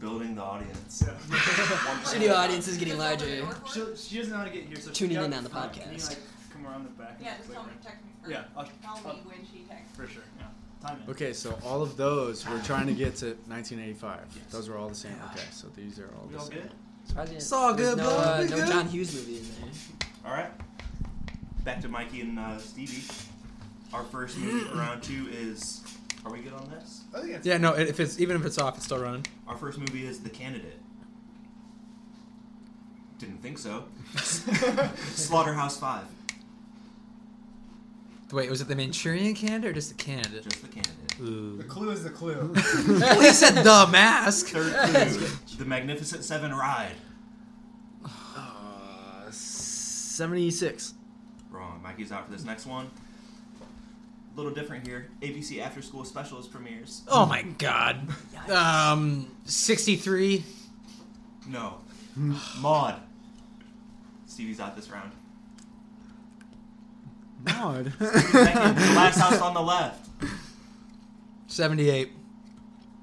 [SPEAKER 2] Building the audience. (laughs)
[SPEAKER 10] So
[SPEAKER 4] (laughs) Studio audience is getting larger.
[SPEAKER 10] she she doesn't know how to get here, so
[SPEAKER 4] Tuning
[SPEAKER 10] she's
[SPEAKER 4] in
[SPEAKER 10] out
[SPEAKER 4] on the
[SPEAKER 10] front. Can you,
[SPEAKER 4] podcast.
[SPEAKER 10] like, come around the back?
[SPEAKER 9] Yeah,
[SPEAKER 10] and
[SPEAKER 9] just
[SPEAKER 10] wait
[SPEAKER 9] tell
[SPEAKER 10] for
[SPEAKER 9] me
[SPEAKER 10] her?
[SPEAKER 9] to text me. Or
[SPEAKER 10] Yeah, I'll-
[SPEAKER 9] Tell
[SPEAKER 10] I'll-
[SPEAKER 9] me when she texts.
[SPEAKER 10] For sure. Yeah. Time in.
[SPEAKER 7] Okay, so all of those we're trying to get to 1985. Those were all the same. Okay, so these are all
[SPEAKER 2] We
[SPEAKER 7] the
[SPEAKER 2] all
[SPEAKER 7] same.
[SPEAKER 2] good?
[SPEAKER 7] (laughs)
[SPEAKER 4] It's
[SPEAKER 6] all good,
[SPEAKER 4] no,
[SPEAKER 6] bro.
[SPEAKER 4] uh,
[SPEAKER 6] Be
[SPEAKER 4] no
[SPEAKER 6] good.
[SPEAKER 4] John Hughes movie in there.
[SPEAKER 2] All right. Back to Mikey and uh, Stevie. Our first movie for round two is. Are we good on this?
[SPEAKER 10] I think that's
[SPEAKER 6] Yeah, no. If it's even if it's off, it's still running.
[SPEAKER 2] Our first movie is The Candidate. Didn't think so. Slaughterhouse Five.
[SPEAKER 6] Wait, was it the Manchurian candidate or just the candidate?
[SPEAKER 2] Just The Candidate.
[SPEAKER 6] Ooh.
[SPEAKER 10] clue is (laughs) the
[SPEAKER 3] (laughs)
[SPEAKER 10] clue.
[SPEAKER 6] At least said the mask.
[SPEAKER 2] Third clue. the Magnificent Seven ride.
[SPEAKER 7] Uh, 76.
[SPEAKER 2] Wrong. Mikey's out for this next one. A little different here. ABC After School Specials premieres.
[SPEAKER 6] Oh my god. Um, 63.
[SPEAKER 2] No. Maud. Stevie's out this round.
[SPEAKER 7] Maud. (laughs)
[SPEAKER 2] Second, the last house on the left.
[SPEAKER 6] 78.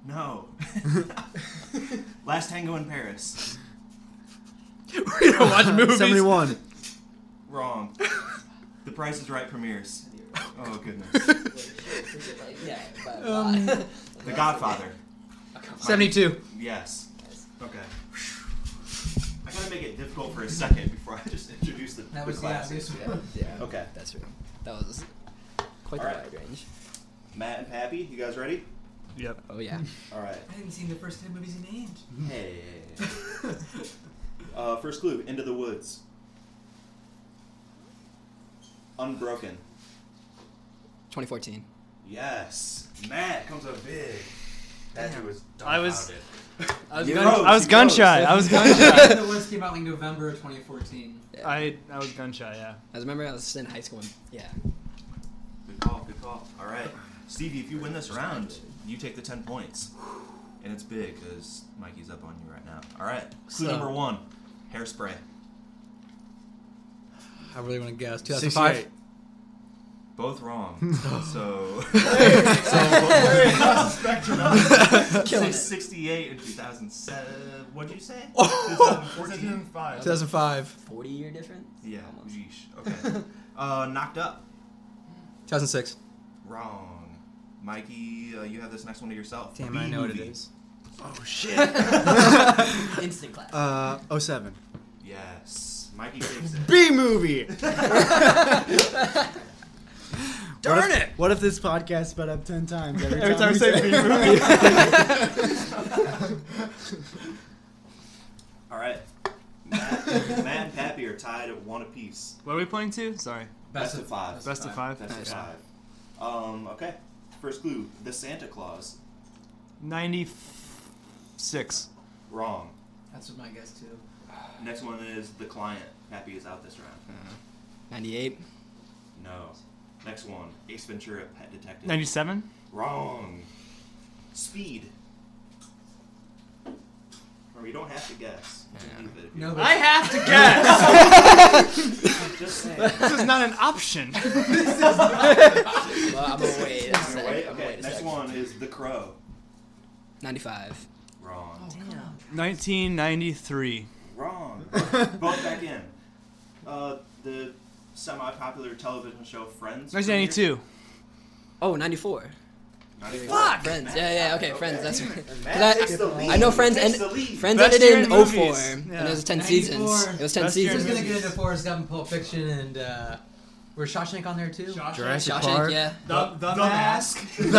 [SPEAKER 2] No. last Tango in Paris.
[SPEAKER 6] (laughs)
[SPEAKER 4] (laughs)
[SPEAKER 6] we don't watch movies.
[SPEAKER 7] 71.
[SPEAKER 2] Wrong. The Price is Right premieres. Oh goodness.
[SPEAKER 4] (laughs) Yeah, but
[SPEAKER 7] Um,
[SPEAKER 4] why?
[SPEAKER 2] The Godfather.
[SPEAKER 6] 72.
[SPEAKER 2] Yes. Okay. I gotta make it difficult for a second before I just introduce the, the classics.
[SPEAKER 6] one.
[SPEAKER 4] (laughs) yeah,
[SPEAKER 2] Okay.
[SPEAKER 4] that's right. That was quite the
[SPEAKER 2] Alright.
[SPEAKER 4] wide range.
[SPEAKER 2] Matt and Pappy, you guys ready?
[SPEAKER 4] Oh, yeah.
[SPEAKER 2] All right.
[SPEAKER 6] I didn't see the first 10 movies he named.
[SPEAKER 2] Hey. uh, first clue: Into the Woods. Unbroken.
[SPEAKER 4] 2014.
[SPEAKER 2] Yes. Matt comes up big. That dude was.
[SPEAKER 3] I was-
[SPEAKER 2] dumbfounded.
[SPEAKER 4] I was
[SPEAKER 2] You
[SPEAKER 4] going-
[SPEAKER 2] rose,
[SPEAKER 3] I was
[SPEAKER 2] you
[SPEAKER 3] gun
[SPEAKER 2] rose.
[SPEAKER 3] shy. I was gun
[SPEAKER 10] (laughs)
[SPEAKER 3] shy.
[SPEAKER 6] the ones came out like November of 2014.
[SPEAKER 4] Yeah. I,
[SPEAKER 3] I I was gun shy. Yeah.
[SPEAKER 4] remember I was in high school. And, yeah.
[SPEAKER 2] (laughs) Good call. Good call. All right, Stevie. If you win this round, you take the ten points, and it's big because Mikey's up on you right now. All right. Clue
[SPEAKER 6] So-
[SPEAKER 2] number one: Hairspray.
[SPEAKER 6] I really want to guess.
[SPEAKER 7] 68.
[SPEAKER 6] 2005.
[SPEAKER 2] Both wrong.
[SPEAKER 6] (laughs)
[SPEAKER 2] so.
[SPEAKER 4] Killing it.
[SPEAKER 2] 68 in 2007. What'd you say?
[SPEAKER 6] Oh.
[SPEAKER 2] 2014?
[SPEAKER 6] 2005.
[SPEAKER 4] 40 year difference?
[SPEAKER 2] Yeah.
[SPEAKER 4] Almost.
[SPEAKER 2] Yeesh. Okay.
[SPEAKER 6] (laughs)
[SPEAKER 2] Uh, knocked up.
[SPEAKER 6] 2006.
[SPEAKER 2] Wrong. Mikey, uh, you have this next one to yourself.
[SPEAKER 6] Damn,
[SPEAKER 2] B
[SPEAKER 6] I know what it
[SPEAKER 2] movie.
[SPEAKER 6] is.
[SPEAKER 7] Oh, shit. oh
[SPEAKER 4] Instant class.
[SPEAKER 7] Uh, 07.
[SPEAKER 2] Yes. Mikey takes it.
[SPEAKER 7] B movie.
[SPEAKER 6] Darn
[SPEAKER 7] what if,
[SPEAKER 6] it!
[SPEAKER 7] What if this podcast sped up ten times every,
[SPEAKER 3] Every time I
[SPEAKER 7] we
[SPEAKER 3] say B
[SPEAKER 10] (laughs)
[SPEAKER 2] All
[SPEAKER 4] (laughs)
[SPEAKER 2] right. Matt, Matt and Pappy are tied at one apiece.
[SPEAKER 3] What are we playing to? Sorry.
[SPEAKER 2] Best, of five.
[SPEAKER 3] Best of five.
[SPEAKER 2] Best of five. Um, okay. First clue: the Santa Claus.
[SPEAKER 3] 96.
[SPEAKER 2] Wrong.
[SPEAKER 6] That's what my guess too.
[SPEAKER 2] Next one is the client. Pappy is out this round.
[SPEAKER 4] 98.
[SPEAKER 2] No. Next one: Ace Ventura: Pet Detective.
[SPEAKER 3] 97?
[SPEAKER 2] Wrong. Speed. Remember, you don't have to guess. Just
[SPEAKER 4] Yeah.
[SPEAKER 2] leave it if you
[SPEAKER 6] No,
[SPEAKER 2] want.
[SPEAKER 6] but I have to
[SPEAKER 2] Just saying.
[SPEAKER 3] (laughs) This is not an
[SPEAKER 10] (laughs)
[SPEAKER 3] option. (laughs)
[SPEAKER 4] Well, I'm going to wait. a
[SPEAKER 2] You're
[SPEAKER 4] sec.
[SPEAKER 2] away?
[SPEAKER 4] I'm gonna
[SPEAKER 2] Okay.
[SPEAKER 4] wait a
[SPEAKER 2] Next
[SPEAKER 4] sec.
[SPEAKER 2] one is the Crow.
[SPEAKER 4] 95.
[SPEAKER 2] Wrong.
[SPEAKER 4] Oh.
[SPEAKER 3] 1993.
[SPEAKER 4] (laughs)
[SPEAKER 2] Wrong.
[SPEAKER 7] (laughs)
[SPEAKER 2] Both back in. Uh, the semi-popular television show Friends.
[SPEAKER 3] 1992.
[SPEAKER 4] Oh, 94.
[SPEAKER 2] premiered.
[SPEAKER 4] Fuck! Friends. Yeah, yeah, okay, Friends. That's (laughs) right. 'Cause
[SPEAKER 2] Matt takes the
[SPEAKER 4] I,
[SPEAKER 2] lead.
[SPEAKER 4] I know Friends,
[SPEAKER 2] Takes the
[SPEAKER 4] end,
[SPEAKER 2] lead.
[SPEAKER 4] Friends
[SPEAKER 3] Best
[SPEAKER 4] ended
[SPEAKER 3] year
[SPEAKER 4] in
[SPEAKER 3] in
[SPEAKER 4] 04,
[SPEAKER 3] movies.
[SPEAKER 4] and it
[SPEAKER 3] Yeah.
[SPEAKER 4] was 10
[SPEAKER 6] 94.
[SPEAKER 4] seasons. It was 10
[SPEAKER 3] Best year in
[SPEAKER 4] seasons.
[SPEAKER 6] We're gonna get into Forrest Gump and Pulp Fiction and uh, were Shawshank on there too?
[SPEAKER 7] Jurassic
[SPEAKER 4] Shawshank, yeah.
[SPEAKER 10] The, the, mask.
[SPEAKER 2] (laughs)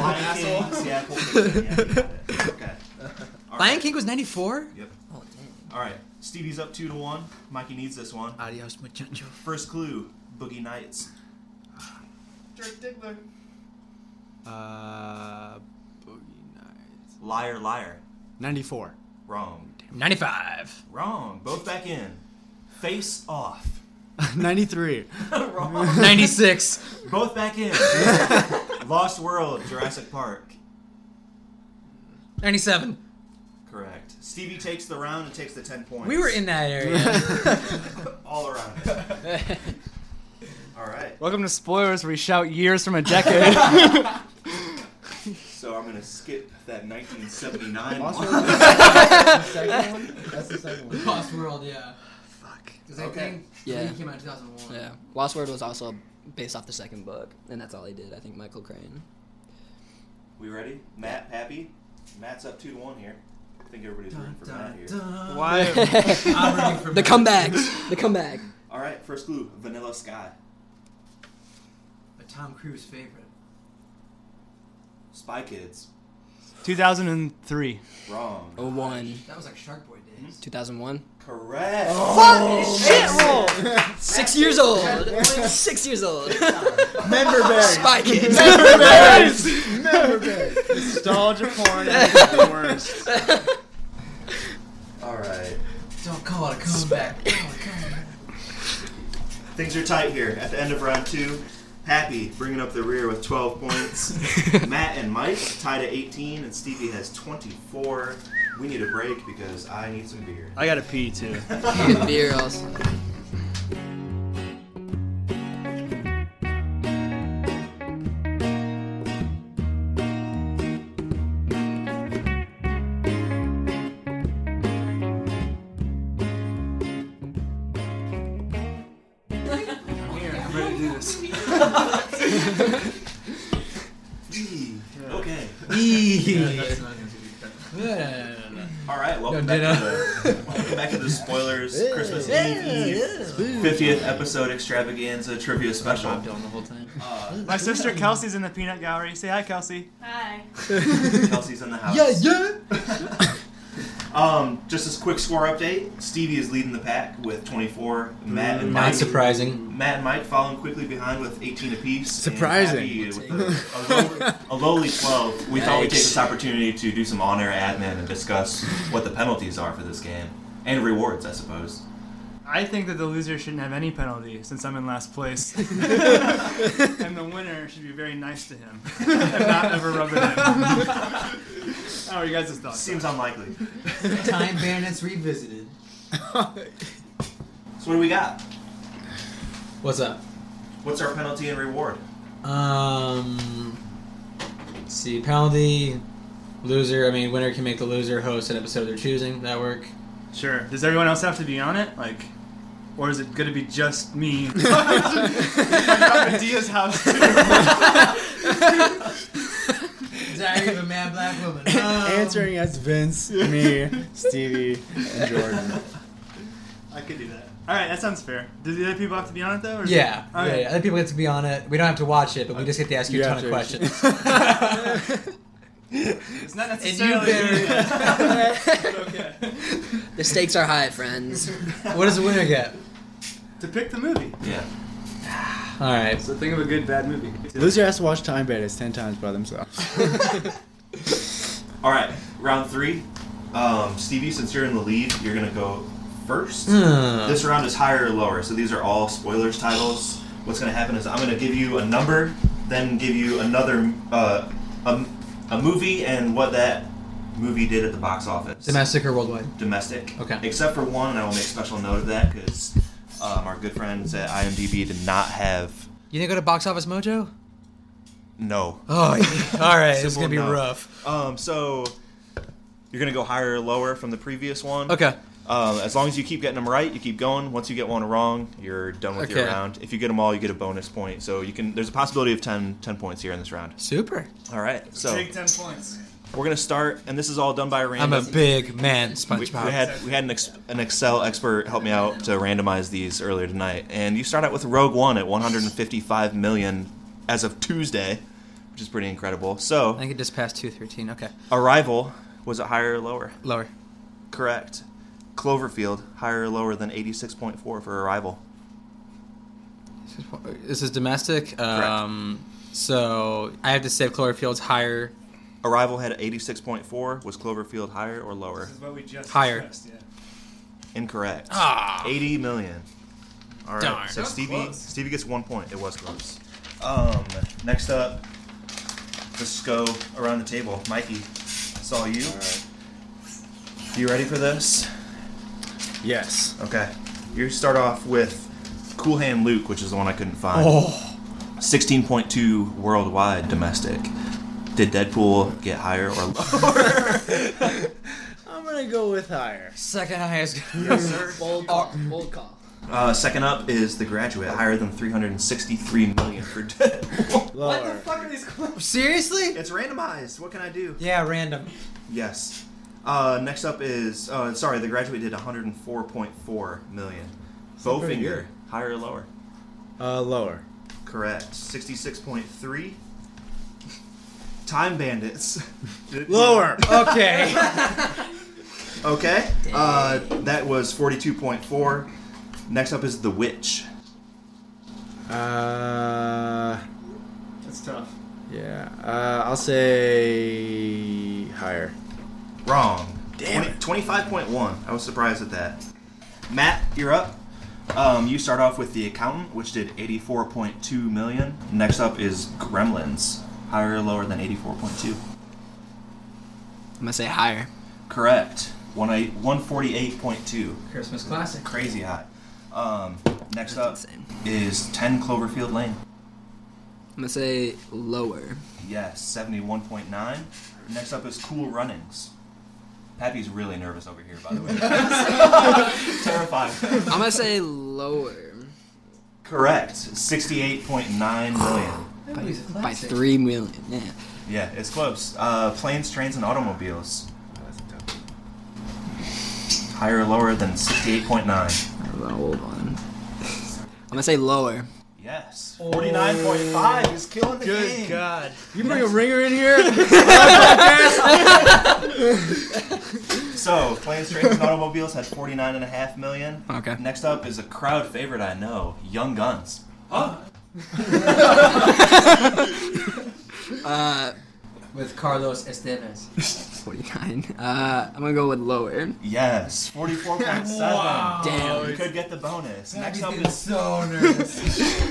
[SPEAKER 2] Lion King, yeah, Pulp Fiction, yeah, you got it. Okay. All
[SPEAKER 6] Lion
[SPEAKER 2] right.
[SPEAKER 6] King was '94.
[SPEAKER 4] Oh, dang.
[SPEAKER 2] All right. Stevie's up two to one. Mikey needs this one.
[SPEAKER 6] Adios, (laughs) muchacho.
[SPEAKER 2] First clue: Boogie Nights. Dirk Diggler.
[SPEAKER 7] Uh, Boogie Nights.
[SPEAKER 2] Liar, liar.
[SPEAKER 7] Ninety-four. (laughs)
[SPEAKER 2] Wrong.
[SPEAKER 6] '95.
[SPEAKER 2] Wrong. Both back in. Face
[SPEAKER 6] (laughs)
[SPEAKER 2] off.
[SPEAKER 7] Ninety-three.
[SPEAKER 2] Wrong.
[SPEAKER 6] '96.
[SPEAKER 2] Both back
[SPEAKER 6] (laughs)
[SPEAKER 2] in. Lost World, Jurassic Park.
[SPEAKER 6] '97.
[SPEAKER 2] Correct. Stevie takes the round and takes the 10 points.
[SPEAKER 6] We were in
[SPEAKER 3] (laughs)
[SPEAKER 6] that area.
[SPEAKER 2] all
[SPEAKER 6] (laughs)
[SPEAKER 2] around. it. all right.
[SPEAKER 3] (laughs) Welcome to Spoilers, where we shout years from a
[SPEAKER 7] (laughs)
[SPEAKER 3] decade.
[SPEAKER 2] So I'm going to skip that 1979
[SPEAKER 7] Lost (laughs)
[SPEAKER 2] one.
[SPEAKER 7] World? That's the second one. That's the second one.
[SPEAKER 6] Lost World, yeah. Fuck. Because I
[SPEAKER 2] Okay.
[SPEAKER 6] think
[SPEAKER 4] Yeah.
[SPEAKER 6] Three came out in 2001.
[SPEAKER 4] Yeah. Lost World was also based off the second book, and that's all he did, I think, Michael Crane.
[SPEAKER 3] (laughs)
[SPEAKER 2] We ready? Matt, Pappy? Matt's up 2 to 1 here. I think everybody's rooting
[SPEAKER 6] Dun,
[SPEAKER 2] for Matt here.
[SPEAKER 6] dun, dun.
[SPEAKER 3] Why?
[SPEAKER 6] I'm rooting for
[SPEAKER 4] (laughs) The
[SPEAKER 6] Matt.
[SPEAKER 4] comebacks. The comeback.
[SPEAKER 2] All right, first clue Vanilla Sky.
[SPEAKER 6] But Tom Cruise favorite.
[SPEAKER 2] Spy Kids.
[SPEAKER 3] 2003.
[SPEAKER 2] Wrong.
[SPEAKER 4] Oh,
[SPEAKER 6] Oh.
[SPEAKER 4] 01.
[SPEAKER 6] That was like Shark Boy days.
[SPEAKER 4] 2001.
[SPEAKER 2] Correct.
[SPEAKER 6] Oh.
[SPEAKER 4] Shit roll! Six years old. Six
[SPEAKER 3] (laughs)
[SPEAKER 4] years old.
[SPEAKER 7] Member Berry. (laughs)
[SPEAKER 4] Spy Kids.
[SPEAKER 7] Member Berry. Nostalgia porn.
[SPEAKER 2] All right.
[SPEAKER 6] Don't call it a comeback. Call it a comeback.
[SPEAKER 2] Things are tight here at the end of round two. Happy bringing up the rear with 12 points. Matt and Mike tied at 18, and Stevie has 24. We need a break because I need some beer.
[SPEAKER 3] I gotta pee too.
[SPEAKER 4] (laughs) Beer also.
[SPEAKER 2] Okay.
[SPEAKER 6] Yeah, no, no, no, no.
[SPEAKER 2] (laughs) All right. Welcome,
[SPEAKER 6] No,
[SPEAKER 2] back to, the, welcome back to the spoilers Christmas Eve, Eve 50th episode extravaganza trivia special.
[SPEAKER 6] Bob Dylan the whole time.
[SPEAKER 2] Uh,
[SPEAKER 3] My sister Kelsey's in the peanut gallery. Say hi, Kelsey.
[SPEAKER 9] Hi.
[SPEAKER 2] (laughs) Kelsey's in the house.
[SPEAKER 6] yeah.
[SPEAKER 2] (laughs) Um, just as quick score update, Stevie is leading the pack with 24. Matt and Mike.
[SPEAKER 6] Mm, Not surprising.
[SPEAKER 2] Matt and Mike following quickly behind with 18 apiece.
[SPEAKER 7] Surprising.
[SPEAKER 2] And Abby with a, a, low- a lowly 12. We thought we'd take
[SPEAKER 4] Yikes.
[SPEAKER 2] this opportunity to do some on-air admin and discuss what the penalties are for this game and rewards, I suppose.
[SPEAKER 3] I think that the loser shouldn't have any penalty since I'm in last (laughs) place. and the winner should be very nice to (laughs) him and not ever rub it in. oh, (laughs) you guys just thought.
[SPEAKER 2] Seems unlikely.
[SPEAKER 6] Time Bandits Revisited.
[SPEAKER 7] (laughs)
[SPEAKER 2] So what do we got?
[SPEAKER 6] What's up?
[SPEAKER 2] What's our penalty and reward?
[SPEAKER 6] Um, let's see penalty, loser. I mean, winner can make the loser host an episode of their choosing. That work.
[SPEAKER 3] Sure. Does everyone else have to be on it? Like, or is it gonna be just (laughs) me? Dia's house.
[SPEAKER 6] Diary of a Mad Black Woman.
[SPEAKER 7] (laughs) Answering as Vince, me, Stevie, and Jordan.
[SPEAKER 3] I could do that. All right, that sounds fair. Do the other people have to be on it though? or-
[SPEAKER 6] Yeah,
[SPEAKER 3] All
[SPEAKER 6] yeah,
[SPEAKER 3] right.
[SPEAKER 6] yeah. Other people get to be on it. We don't have to watch it, but we just get to ask you a
[SPEAKER 7] Yeah,
[SPEAKER 6] ton of
[SPEAKER 7] sure.
[SPEAKER 6] questions.
[SPEAKER 7] (laughs)
[SPEAKER 3] (laughs) It's not
[SPEAKER 4] And you
[SPEAKER 3] necessarily.
[SPEAKER 4] better.
[SPEAKER 3] okay.
[SPEAKER 4] the stakes are high, friends.
[SPEAKER 6] what does the winner get?
[SPEAKER 3] (laughs) To pick the movie.
[SPEAKER 2] Yeah.
[SPEAKER 6] All right.
[SPEAKER 3] So think of a good bad movie.
[SPEAKER 7] Loser has to watch Time Bandits ten times by themselves.
[SPEAKER 2] All right, round three. Um, Stevie, since you're in the lead, you're gonna go first.
[SPEAKER 6] Hmm.
[SPEAKER 2] This round is higher or lower, so these are all spoilers titles. What's gonna happen is I'm gonna give you a number, then give you another uh, a, a movie and what that movie did at the box office.
[SPEAKER 6] Domestic or worldwide?
[SPEAKER 2] Domestic.
[SPEAKER 6] Okay.
[SPEAKER 2] Except for one, and I will make special note of that because um, our good friends at IMDb did not have
[SPEAKER 6] You didn't go to Box Office Mojo?
[SPEAKER 2] no.
[SPEAKER 6] Oh, yeah. all right. This is
[SPEAKER 2] Simple
[SPEAKER 6] gonna
[SPEAKER 2] no.
[SPEAKER 6] be rough.
[SPEAKER 2] Um, so you're gonna go higher or lower from the previous one.
[SPEAKER 6] Okay.
[SPEAKER 2] Um, as long as you keep getting them right, you keep going. Once you get one wrong, you're done with your
[SPEAKER 6] Okay.
[SPEAKER 2] round. If you get them all, you get a bonus point. So you can. There's a possibility of 10, 10 points here in this round.
[SPEAKER 6] Super.
[SPEAKER 2] All right. So
[SPEAKER 3] Take ten points.
[SPEAKER 2] we're gonna start, and this is all done by
[SPEAKER 6] I'm
[SPEAKER 2] random.
[SPEAKER 6] a big man,
[SPEAKER 2] we, we
[SPEAKER 6] SpongeBob.
[SPEAKER 2] had we had an, ex, an Excel expert help me out to randomize these earlier tonight, and you start out with Rogue One at 155 million as of Tuesday, which is pretty incredible.
[SPEAKER 6] I
[SPEAKER 2] So
[SPEAKER 6] think it just passed two thirteen. Okay,
[SPEAKER 2] Arrival was it higher or lower?
[SPEAKER 6] lower.
[SPEAKER 2] Correct. Cloverfield higher or lower than 86.4 for Arrival.
[SPEAKER 6] This is domestic. Um, so I have to say Cloverfield's higher.
[SPEAKER 2] Arrival had 86.4. Was Cloverfield higher or lower?
[SPEAKER 3] This is what we just
[SPEAKER 6] Higher.
[SPEAKER 3] discussed, yeah.
[SPEAKER 2] Incorrect.
[SPEAKER 6] Ah,
[SPEAKER 2] 80 million. All right.
[SPEAKER 6] Darn.
[SPEAKER 2] So
[SPEAKER 6] That was
[SPEAKER 2] Stevie
[SPEAKER 3] close.
[SPEAKER 2] Stevie gets one point. It was close. Um, next up, let's go around the table. Mikey, it's all you. You ready for this?
[SPEAKER 7] yes.
[SPEAKER 2] Okay. You start off with Cool Hand Luke, which is the one I couldn't find.
[SPEAKER 6] oh,
[SPEAKER 2] 16.2 worldwide domestic. Did Deadpool get higher or lower?
[SPEAKER 7] I'm gonna go with higher.
[SPEAKER 6] second highest.
[SPEAKER 4] Bold call. Bold call.
[SPEAKER 2] Uh, second up is The Graduate, higher than 363 million for (laughs) Deadpool.
[SPEAKER 7] Lower.
[SPEAKER 4] fuck are these clues?
[SPEAKER 6] Seriously?
[SPEAKER 2] it's randomized. What can I do?
[SPEAKER 6] Yeah, random.
[SPEAKER 2] Yes. Uh, next up is uh, sorry, The Graduate did 104.4 million.
[SPEAKER 7] pretty
[SPEAKER 2] Bowfinger, higher or lower?
[SPEAKER 7] Uh, lower.
[SPEAKER 2] Correct. 66.3. Time Bandits.
[SPEAKER 7] Lower.
[SPEAKER 6] Okay.
[SPEAKER 2] Okay. Uh, that was 42.4. Next up is The Witch.
[SPEAKER 7] (laughs) Uh,
[SPEAKER 3] That's tough.
[SPEAKER 7] yeah. Uh, I'll say higher.
[SPEAKER 2] Wrong. Damn. 25.1. I was surprised at that. Matt, you're up. Um, you start off with The Accountant, which did 84.2 million. Next up is Gremlins, higher or lower than 84.2?
[SPEAKER 4] I'm gonna say higher.
[SPEAKER 2] Correct. One eight- 148.2.
[SPEAKER 4] Christmas classic.
[SPEAKER 2] Crazy high. Um, next up
[SPEAKER 4] That's insane.
[SPEAKER 2] is 10 Cloverfield Lane.
[SPEAKER 4] I'm gonna say lower.
[SPEAKER 2] Yes, 71.9. Next up is Cool Runnings. Pappy's really nervous over here, by the way. Terrified.
[SPEAKER 4] I'm gonna say lower
[SPEAKER 2] Correct. 68.9 million.
[SPEAKER 4] by, by three million. Yeah.
[SPEAKER 2] Yeah, it's close. Uh, planes, trains, and automobiles.
[SPEAKER 7] Oh,
[SPEAKER 2] Higher or lower than 68.9?
[SPEAKER 4] Hold on. I'm gonna say lower.
[SPEAKER 2] Yes. 49.5 is killing the game.
[SPEAKER 6] God.
[SPEAKER 7] You bring a ringer in here? (laughs)
[SPEAKER 2] So, planes, trains, and automobiles had 49.5 million.
[SPEAKER 4] Okay.
[SPEAKER 2] Next up is a crowd favorite I know, Young Guns.
[SPEAKER 4] Uh,
[SPEAKER 6] With
[SPEAKER 4] (laughs)
[SPEAKER 6] Carlos Estevez.
[SPEAKER 4] 49. Uh, I'm gonna go with lower.
[SPEAKER 2] Yes, 44.7. Oh.
[SPEAKER 4] Damn.
[SPEAKER 2] You could get the bonus. Next up
[SPEAKER 6] He's
[SPEAKER 2] is
[SPEAKER 6] so nervous.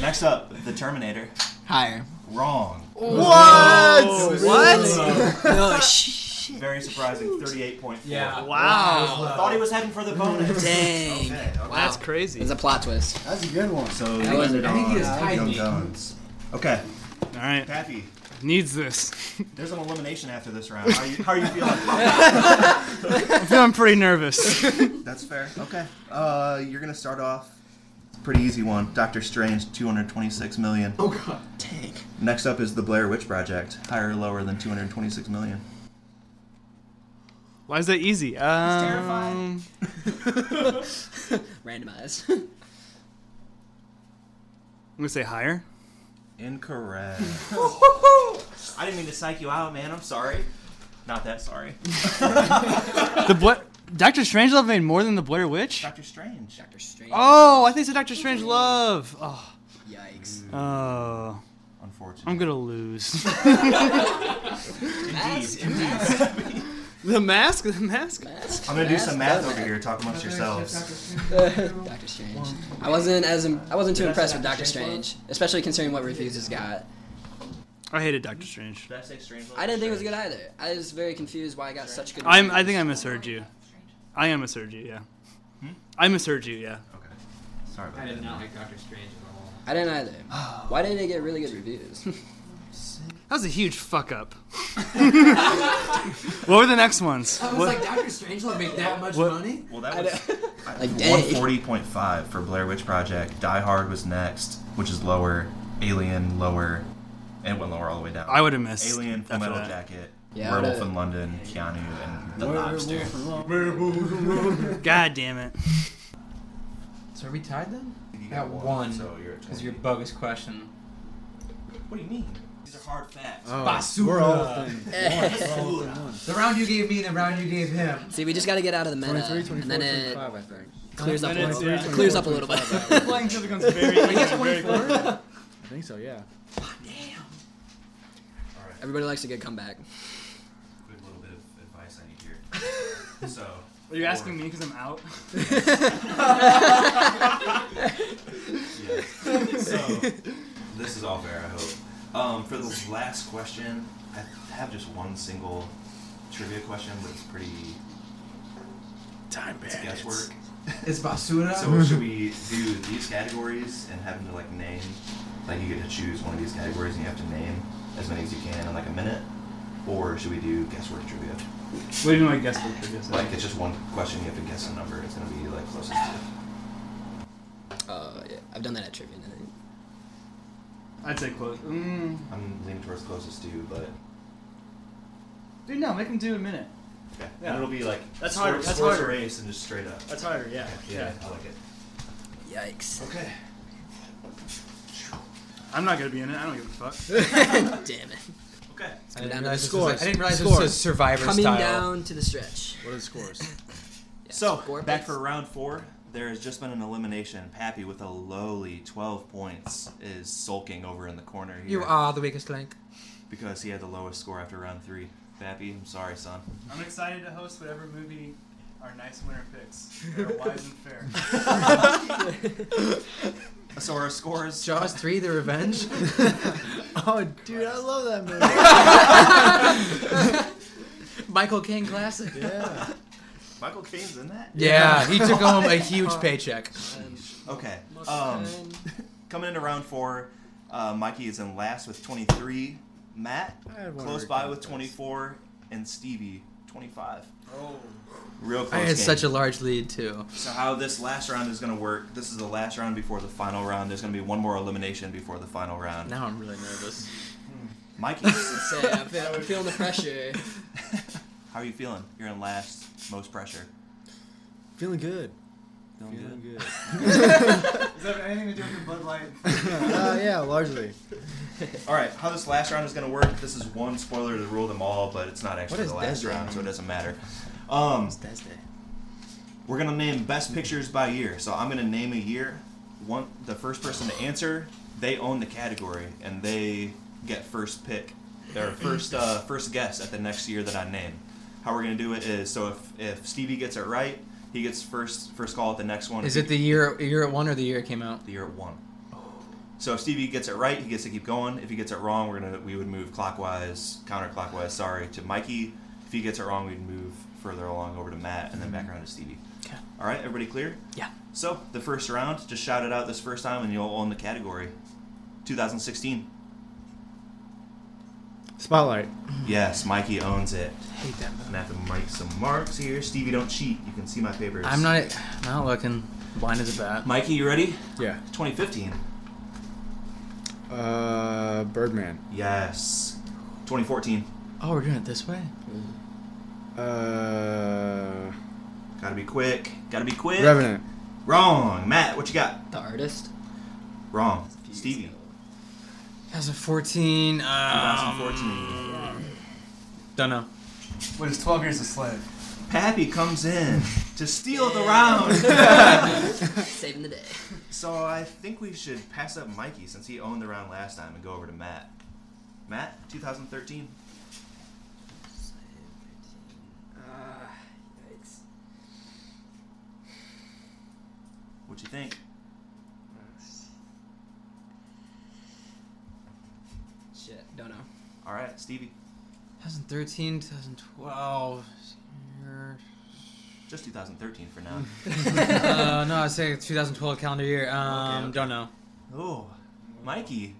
[SPEAKER 2] next up, The Terminator.
[SPEAKER 4] Higher.
[SPEAKER 2] Wrong.
[SPEAKER 3] Oh,
[SPEAKER 7] what?
[SPEAKER 2] (laughs)
[SPEAKER 4] What? no Oh, shit.
[SPEAKER 2] Very surprising, 38.4.
[SPEAKER 6] yeah. uh,
[SPEAKER 2] I thought he was heading for the bonus.
[SPEAKER 4] Dang.
[SPEAKER 2] Okay, okay.
[SPEAKER 4] Wow. That's
[SPEAKER 3] crazy.
[SPEAKER 4] It's a plot (laughs) twist.
[SPEAKER 7] That's a good one.
[SPEAKER 2] So
[SPEAKER 4] That was- I think he
[SPEAKER 6] was hiding.
[SPEAKER 2] Young Guns. Okay,
[SPEAKER 3] All right.
[SPEAKER 2] Pappy,
[SPEAKER 3] Needs this. (laughs)
[SPEAKER 2] there's an elimination after this round. How you, how are you feeling? (laughs)
[SPEAKER 3] I'm feeling pretty nervous.
[SPEAKER 2] That's fair. Okay. Uh, you're gonna start off pretty easy one. Doctor Strange, 226 million. Oh god. Dang. Next up is the Blair Witch Project, higher or lower than 226 million.
[SPEAKER 3] Why is that easy? Um,
[SPEAKER 4] Randomize. (laughs) I'm
[SPEAKER 3] gonna say higher.
[SPEAKER 2] (laughs) Incorrect. I didn't mean to psych you out, man. I'm sorry. Not that sorry.
[SPEAKER 3] The Bla- Doctor Strangelove made more than the Blair Witch.
[SPEAKER 2] Doctor Strange.
[SPEAKER 4] Doctor Strange.
[SPEAKER 3] Oh, I think it's Doctor Strange Love. Oh,
[SPEAKER 4] Yikes.
[SPEAKER 3] oh,
[SPEAKER 2] Unfortunately.
[SPEAKER 3] I'm gonna lose. (laughs)
[SPEAKER 2] Indeed.
[SPEAKER 4] (laughs)
[SPEAKER 3] the mask. The mask.
[SPEAKER 2] I'm gonna do some math over here. Talk amongst yourselves.
[SPEAKER 4] Doctor Strange. I wasn't as im- I wasn't too impressed with Doctor Strange, especially considering what reviews it's got.
[SPEAKER 3] I hated Doctor Strange.
[SPEAKER 2] Did I say Strange?
[SPEAKER 4] I didn't think it was good either. I was very confused why I got such good.
[SPEAKER 3] I'm. I
[SPEAKER 4] reviews.
[SPEAKER 3] think I misheard you. I am misheard you. Yeah. I misheard you. Yeah.
[SPEAKER 2] Okay. Sorry about
[SPEAKER 10] I did
[SPEAKER 2] that.
[SPEAKER 10] not like Doctor Strange at all.
[SPEAKER 4] I didn't either. Why didn't it get really
[SPEAKER 3] (laughs)
[SPEAKER 4] good reviews?
[SPEAKER 3] That was a huge fuck up. (laughs) what were the next ones?
[SPEAKER 10] I was
[SPEAKER 3] What-
[SPEAKER 10] like, Doctor Strangelove made that much
[SPEAKER 3] What-
[SPEAKER 10] money?
[SPEAKER 2] Well, that
[SPEAKER 4] I
[SPEAKER 2] was (laughs)
[SPEAKER 4] don't- Like,
[SPEAKER 2] one
[SPEAKER 4] dang.
[SPEAKER 2] forty point five for Blair Witch Project. Die Hard was next, which is lower. Alien lower, and it went lower all the way down.
[SPEAKER 3] I would have missed.
[SPEAKER 2] Alien, Full
[SPEAKER 3] after
[SPEAKER 2] Metal
[SPEAKER 3] that.
[SPEAKER 2] Jacket,
[SPEAKER 4] Yeah, I
[SPEAKER 2] Werewolf
[SPEAKER 4] would've-
[SPEAKER 2] in London, Keanu, and The Lobster.
[SPEAKER 3] God damn (laughs) it.
[SPEAKER 6] So are we tied then?
[SPEAKER 2] You
[SPEAKER 6] At one,
[SPEAKER 2] so you're at
[SPEAKER 6] Because
[SPEAKER 2] 20.
[SPEAKER 6] your bogus question.
[SPEAKER 2] What do you mean? These are hard facts.
[SPEAKER 6] Basura.
[SPEAKER 7] We're all thin. We're all thin ones.
[SPEAKER 6] The round you gave me and the round you gave him. (laughs)
[SPEAKER 4] See, we just got to get out of the meta,
[SPEAKER 7] 23,
[SPEAKER 4] and
[SPEAKER 7] 24,
[SPEAKER 4] then it
[SPEAKER 7] 25, I think.
[SPEAKER 4] clears up a
[SPEAKER 3] Then
[SPEAKER 4] little.
[SPEAKER 3] it's-
[SPEAKER 4] It clears up a little bit. (laughs)
[SPEAKER 3] Playing till it becomes very. very close.
[SPEAKER 7] I think so, yeah.
[SPEAKER 4] Everybody likes a good comeback.
[SPEAKER 2] Good little bit of advice I need
[SPEAKER 4] (laughs)
[SPEAKER 2] here. so.
[SPEAKER 3] Are you asking me because I'm out?
[SPEAKER 2] Yeah. (laughs) so this is all fair, I hope. Um, for the last question, I have just one single trivia question, but it's pretty
[SPEAKER 3] Time
[SPEAKER 2] it's guesswork.
[SPEAKER 6] It's basura.
[SPEAKER 2] So should we do these categories and have them to like name? Like you get to choose one of these categories and you have to name as many as you can in like a minute. Or should we do guesswork trivia?
[SPEAKER 3] What do you mean by guesswork? I guess?
[SPEAKER 2] Like it's just one question, you have to guess a number. It's gonna be like closest to.
[SPEAKER 4] Uh, yeah, I've done that at trivia. I think.
[SPEAKER 3] I'd say close. Mm.
[SPEAKER 2] I'm leaning towards closest to, but
[SPEAKER 3] Dude, no, make him do a minute.
[SPEAKER 2] yeah.
[SPEAKER 3] Yeah.
[SPEAKER 2] And it'll be like
[SPEAKER 3] That's
[SPEAKER 2] score-
[SPEAKER 3] harder, that's
[SPEAKER 2] scores
[SPEAKER 3] harder.
[SPEAKER 2] erased and just straight up.
[SPEAKER 3] That's harder, yeah.
[SPEAKER 2] Yeah, I like it.
[SPEAKER 4] (laughs) Yikes!
[SPEAKER 2] Okay.
[SPEAKER 3] I'm not gonna be in it. I don't give a fuck.
[SPEAKER 4] Damn it!
[SPEAKER 2] Okay.
[SPEAKER 6] I
[SPEAKER 4] Go down
[SPEAKER 6] didn't
[SPEAKER 4] to the
[SPEAKER 6] realize, this was, a- I
[SPEAKER 7] scores.
[SPEAKER 6] didn't realize this
[SPEAKER 7] Scores.
[SPEAKER 6] was a survivor
[SPEAKER 4] Coming
[SPEAKER 6] style.
[SPEAKER 4] down to the (laughs) stretch.
[SPEAKER 7] What are the scores?
[SPEAKER 4] Yeah,
[SPEAKER 2] So
[SPEAKER 4] score
[SPEAKER 2] back
[SPEAKER 4] base.
[SPEAKER 2] for round four. There has just been an elimination. Pappy with a lowly 12 points is sulking over in the corner here
[SPEAKER 6] You are the weakest link.
[SPEAKER 2] because he had the lowest score after round three. Pappy, I'm sorry, son.
[SPEAKER 3] I'm excited to host whatever movie our nice winner picks. They're wise and fair.
[SPEAKER 2] So our scores.
[SPEAKER 6] Jaws 3, The Revenge.
[SPEAKER 7] (laughs)
[SPEAKER 6] (laughs)
[SPEAKER 7] Oh, dude, I love that movie.
[SPEAKER 6] Michael Caine classic. Yeah,
[SPEAKER 7] yeah.
[SPEAKER 2] Michael Caine's in that.
[SPEAKER 6] he took home (laughs) a huge paycheck.
[SPEAKER 2] Okay. Um, (laughs) coming into round four, uh, Mikey is in last with 23. Matt
[SPEAKER 7] I had one
[SPEAKER 2] close
[SPEAKER 7] word
[SPEAKER 2] by
[SPEAKER 7] count
[SPEAKER 2] with
[SPEAKER 7] this.
[SPEAKER 2] 24, and Stevie 25. Oh. Real close.
[SPEAKER 6] I had
[SPEAKER 2] game.
[SPEAKER 6] such a large lead too.
[SPEAKER 2] So how this last round is going to work? This is the last round before the final round. There's going to be one more elimination before the final round. Hmm.
[SPEAKER 6] Now I'm really nervous.
[SPEAKER 2] Mikey, (laughs)
[SPEAKER 4] Say, I feel, I'm feeling the pressure.
[SPEAKER 2] how are you feeling? You're in last, most pressure.
[SPEAKER 7] (laughs) Feeling good. Feeling good.
[SPEAKER 3] Does that have anything to do with the Bud Light?
[SPEAKER 7] (laughs) uh, yeah, largely.
[SPEAKER 2] All right, how this last round is going to work? This is one spoiler to rule them all, but it's not actually
[SPEAKER 7] What
[SPEAKER 2] the last
[SPEAKER 7] is Desdé?
[SPEAKER 2] round, so it doesn't matter. Um,
[SPEAKER 7] Thursday.
[SPEAKER 2] we're going to name best pictures by year. So I'm going to name a year. One, the first person to answer, they own the category and they get first pick, their first uh, first guess at the next year that I name. How we're going to do it is so if if Stevie gets it right, he gets first first call at the next one.
[SPEAKER 6] Is
[SPEAKER 2] If
[SPEAKER 6] it the year year at one or the year it came out?
[SPEAKER 2] the year at one. So if Stevie gets it right, he gets to keep going. If he gets it wrong, we're gonna we would move clockwise, counterclockwise. Sorry to Mikey. If he gets it wrong, we'd move further along over to Matt and then back around to Stevie.
[SPEAKER 6] Okay.
[SPEAKER 2] All right, everybody clear?
[SPEAKER 6] Yeah.
[SPEAKER 2] So the first round, just shout it out this first time, and you'll own the category. 2016.
[SPEAKER 7] Spotlight.
[SPEAKER 2] Yes, Mikey owns it.
[SPEAKER 6] hate that
[SPEAKER 2] I'm gonna have to mark some marks here. Stevie, don't cheat. You can see my papers.
[SPEAKER 6] I'm not not looking. Blind as a bat.
[SPEAKER 2] Mikey, you ready?
[SPEAKER 7] Yeah.
[SPEAKER 2] 2015.
[SPEAKER 7] Uh, Birdman.
[SPEAKER 2] Yes. 2014.
[SPEAKER 6] Oh, we're doing it this way.
[SPEAKER 7] Uh,
[SPEAKER 2] Gotta be quick. Gotta be quick.
[SPEAKER 7] Revenant.
[SPEAKER 2] Wrong. Matt, what you got?
[SPEAKER 4] The artist.
[SPEAKER 2] Wrong. Stevie.
[SPEAKER 6] 2014. Um,
[SPEAKER 2] 2014.
[SPEAKER 6] Don't know.
[SPEAKER 8] What is 12 years a slave?
[SPEAKER 2] Pappy comes in to steal the round. (laughs)
[SPEAKER 4] Saving the day.
[SPEAKER 2] so I think we should pass up Mikey since he owned the round last time and go over to Matt. Matt, 2013. What you think?
[SPEAKER 4] Shit, don't know.
[SPEAKER 2] All right, Stevie.
[SPEAKER 6] 2013, (laughs) 2012.
[SPEAKER 2] Just 2013 for now.
[SPEAKER 6] uh, no, I'd say 2012 calendar year. Um,
[SPEAKER 2] Okay, okay.
[SPEAKER 6] Don't know.
[SPEAKER 2] oh, Mikey.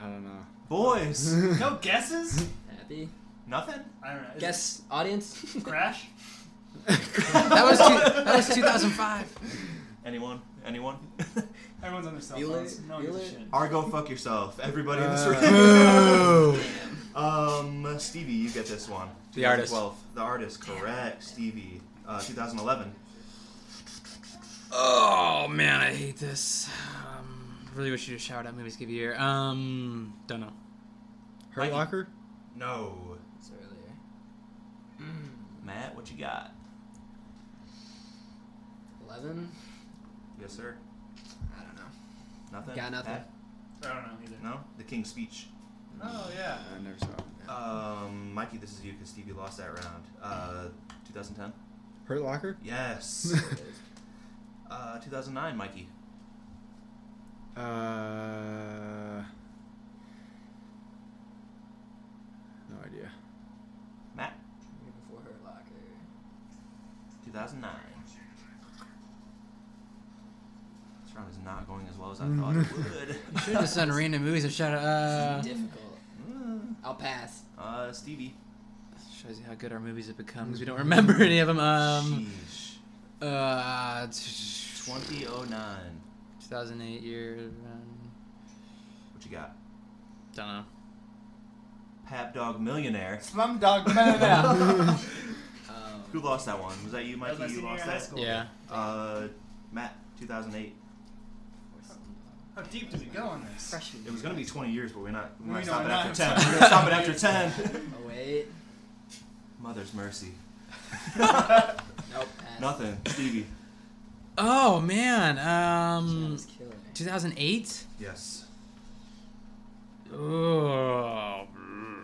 [SPEAKER 7] I don't know.
[SPEAKER 2] Boys.
[SPEAKER 3] (laughs) No guesses?
[SPEAKER 4] Happy.
[SPEAKER 2] Nothing?
[SPEAKER 3] I don't know. Is
[SPEAKER 4] Guess audience. (laughs)
[SPEAKER 6] (laughs)
[SPEAKER 3] it Crash?
[SPEAKER 6] That was, two, that was 2005.
[SPEAKER 2] Anyone? Anyone? (laughs)
[SPEAKER 3] Everyone's on their cell
[SPEAKER 4] Bueller?
[SPEAKER 3] phones. No one gives a
[SPEAKER 4] Bueller?
[SPEAKER 3] shit.
[SPEAKER 2] or go fuck yourself. Everybody in this (laughs)
[SPEAKER 7] Uh,
[SPEAKER 2] room. um, Stevie, you get this one.
[SPEAKER 6] The artist.
[SPEAKER 2] 2012. The artist, correct. Stevie. Uh, 2011.
[SPEAKER 6] Oh man, I hate this. Um, really wish you would shout out movies give you year. Um, don't know.
[SPEAKER 7] Hurt Locker.
[SPEAKER 2] No.
[SPEAKER 4] It's earlier. Mm,
[SPEAKER 2] Matt, what you got?
[SPEAKER 4] Eleven.
[SPEAKER 2] Yes, sir.
[SPEAKER 4] I don't know.
[SPEAKER 2] Nothing?
[SPEAKER 4] Got nothing.
[SPEAKER 2] Pat?
[SPEAKER 3] I don't know either.
[SPEAKER 2] No? The King's Speech.
[SPEAKER 3] Oh, yeah.
[SPEAKER 7] I never saw. it.
[SPEAKER 2] Um, Mikey, this is you because Stevie lost that round. Uh, 2010?
[SPEAKER 7] Hurt Locker.
[SPEAKER 2] Yes. uh, 2009, Mikey.
[SPEAKER 7] Uh, no idea.
[SPEAKER 2] Matt?
[SPEAKER 4] Year before her locker.
[SPEAKER 2] 2009. This round is not going as well as I thought it would.
[SPEAKER 6] Should have
[SPEAKER 2] (laughs)
[SPEAKER 6] just done random movies and shout out. Uh,
[SPEAKER 4] Difficult. I'll pass.
[SPEAKER 2] Mm, Uh, Stevie.
[SPEAKER 6] shows you how good our movies have become because we don't remember any of them. Um,
[SPEAKER 2] Sheesh.
[SPEAKER 6] uh, t-
[SPEAKER 2] 2009.
[SPEAKER 6] 2008 year. Um,
[SPEAKER 2] What you got?
[SPEAKER 6] don't know.
[SPEAKER 2] Pap Dog Millionaire.
[SPEAKER 3] Slumdog (laughs) Millionaire.
[SPEAKER 4] Um,
[SPEAKER 2] Who lost that one? Was that you,
[SPEAKER 3] That was
[SPEAKER 2] Mikey?
[SPEAKER 3] my
[SPEAKER 2] you
[SPEAKER 3] senior
[SPEAKER 2] lost
[SPEAKER 3] year in high
[SPEAKER 2] that?
[SPEAKER 3] school.
[SPEAKER 6] Oh, Yeah.
[SPEAKER 2] Uh, Matt, 2008.
[SPEAKER 3] How deep do we go on this?
[SPEAKER 4] freshman.
[SPEAKER 2] It was gonna be 20 years, but we're not. We're
[SPEAKER 3] We
[SPEAKER 2] not
[SPEAKER 3] know,
[SPEAKER 2] stopping
[SPEAKER 3] not-
[SPEAKER 2] after 10. We're gonna stop it
[SPEAKER 3] (laughs)
[SPEAKER 2] after 10.
[SPEAKER 4] Oh wait.
[SPEAKER 2] Mother's mercy.
[SPEAKER 4] Nope. Pass.
[SPEAKER 2] Nothing. Stevie.
[SPEAKER 6] Oh man.
[SPEAKER 4] Shit, I
[SPEAKER 6] Um,
[SPEAKER 4] was killer.
[SPEAKER 6] 2008.
[SPEAKER 2] Yes.
[SPEAKER 6] Oh, brr.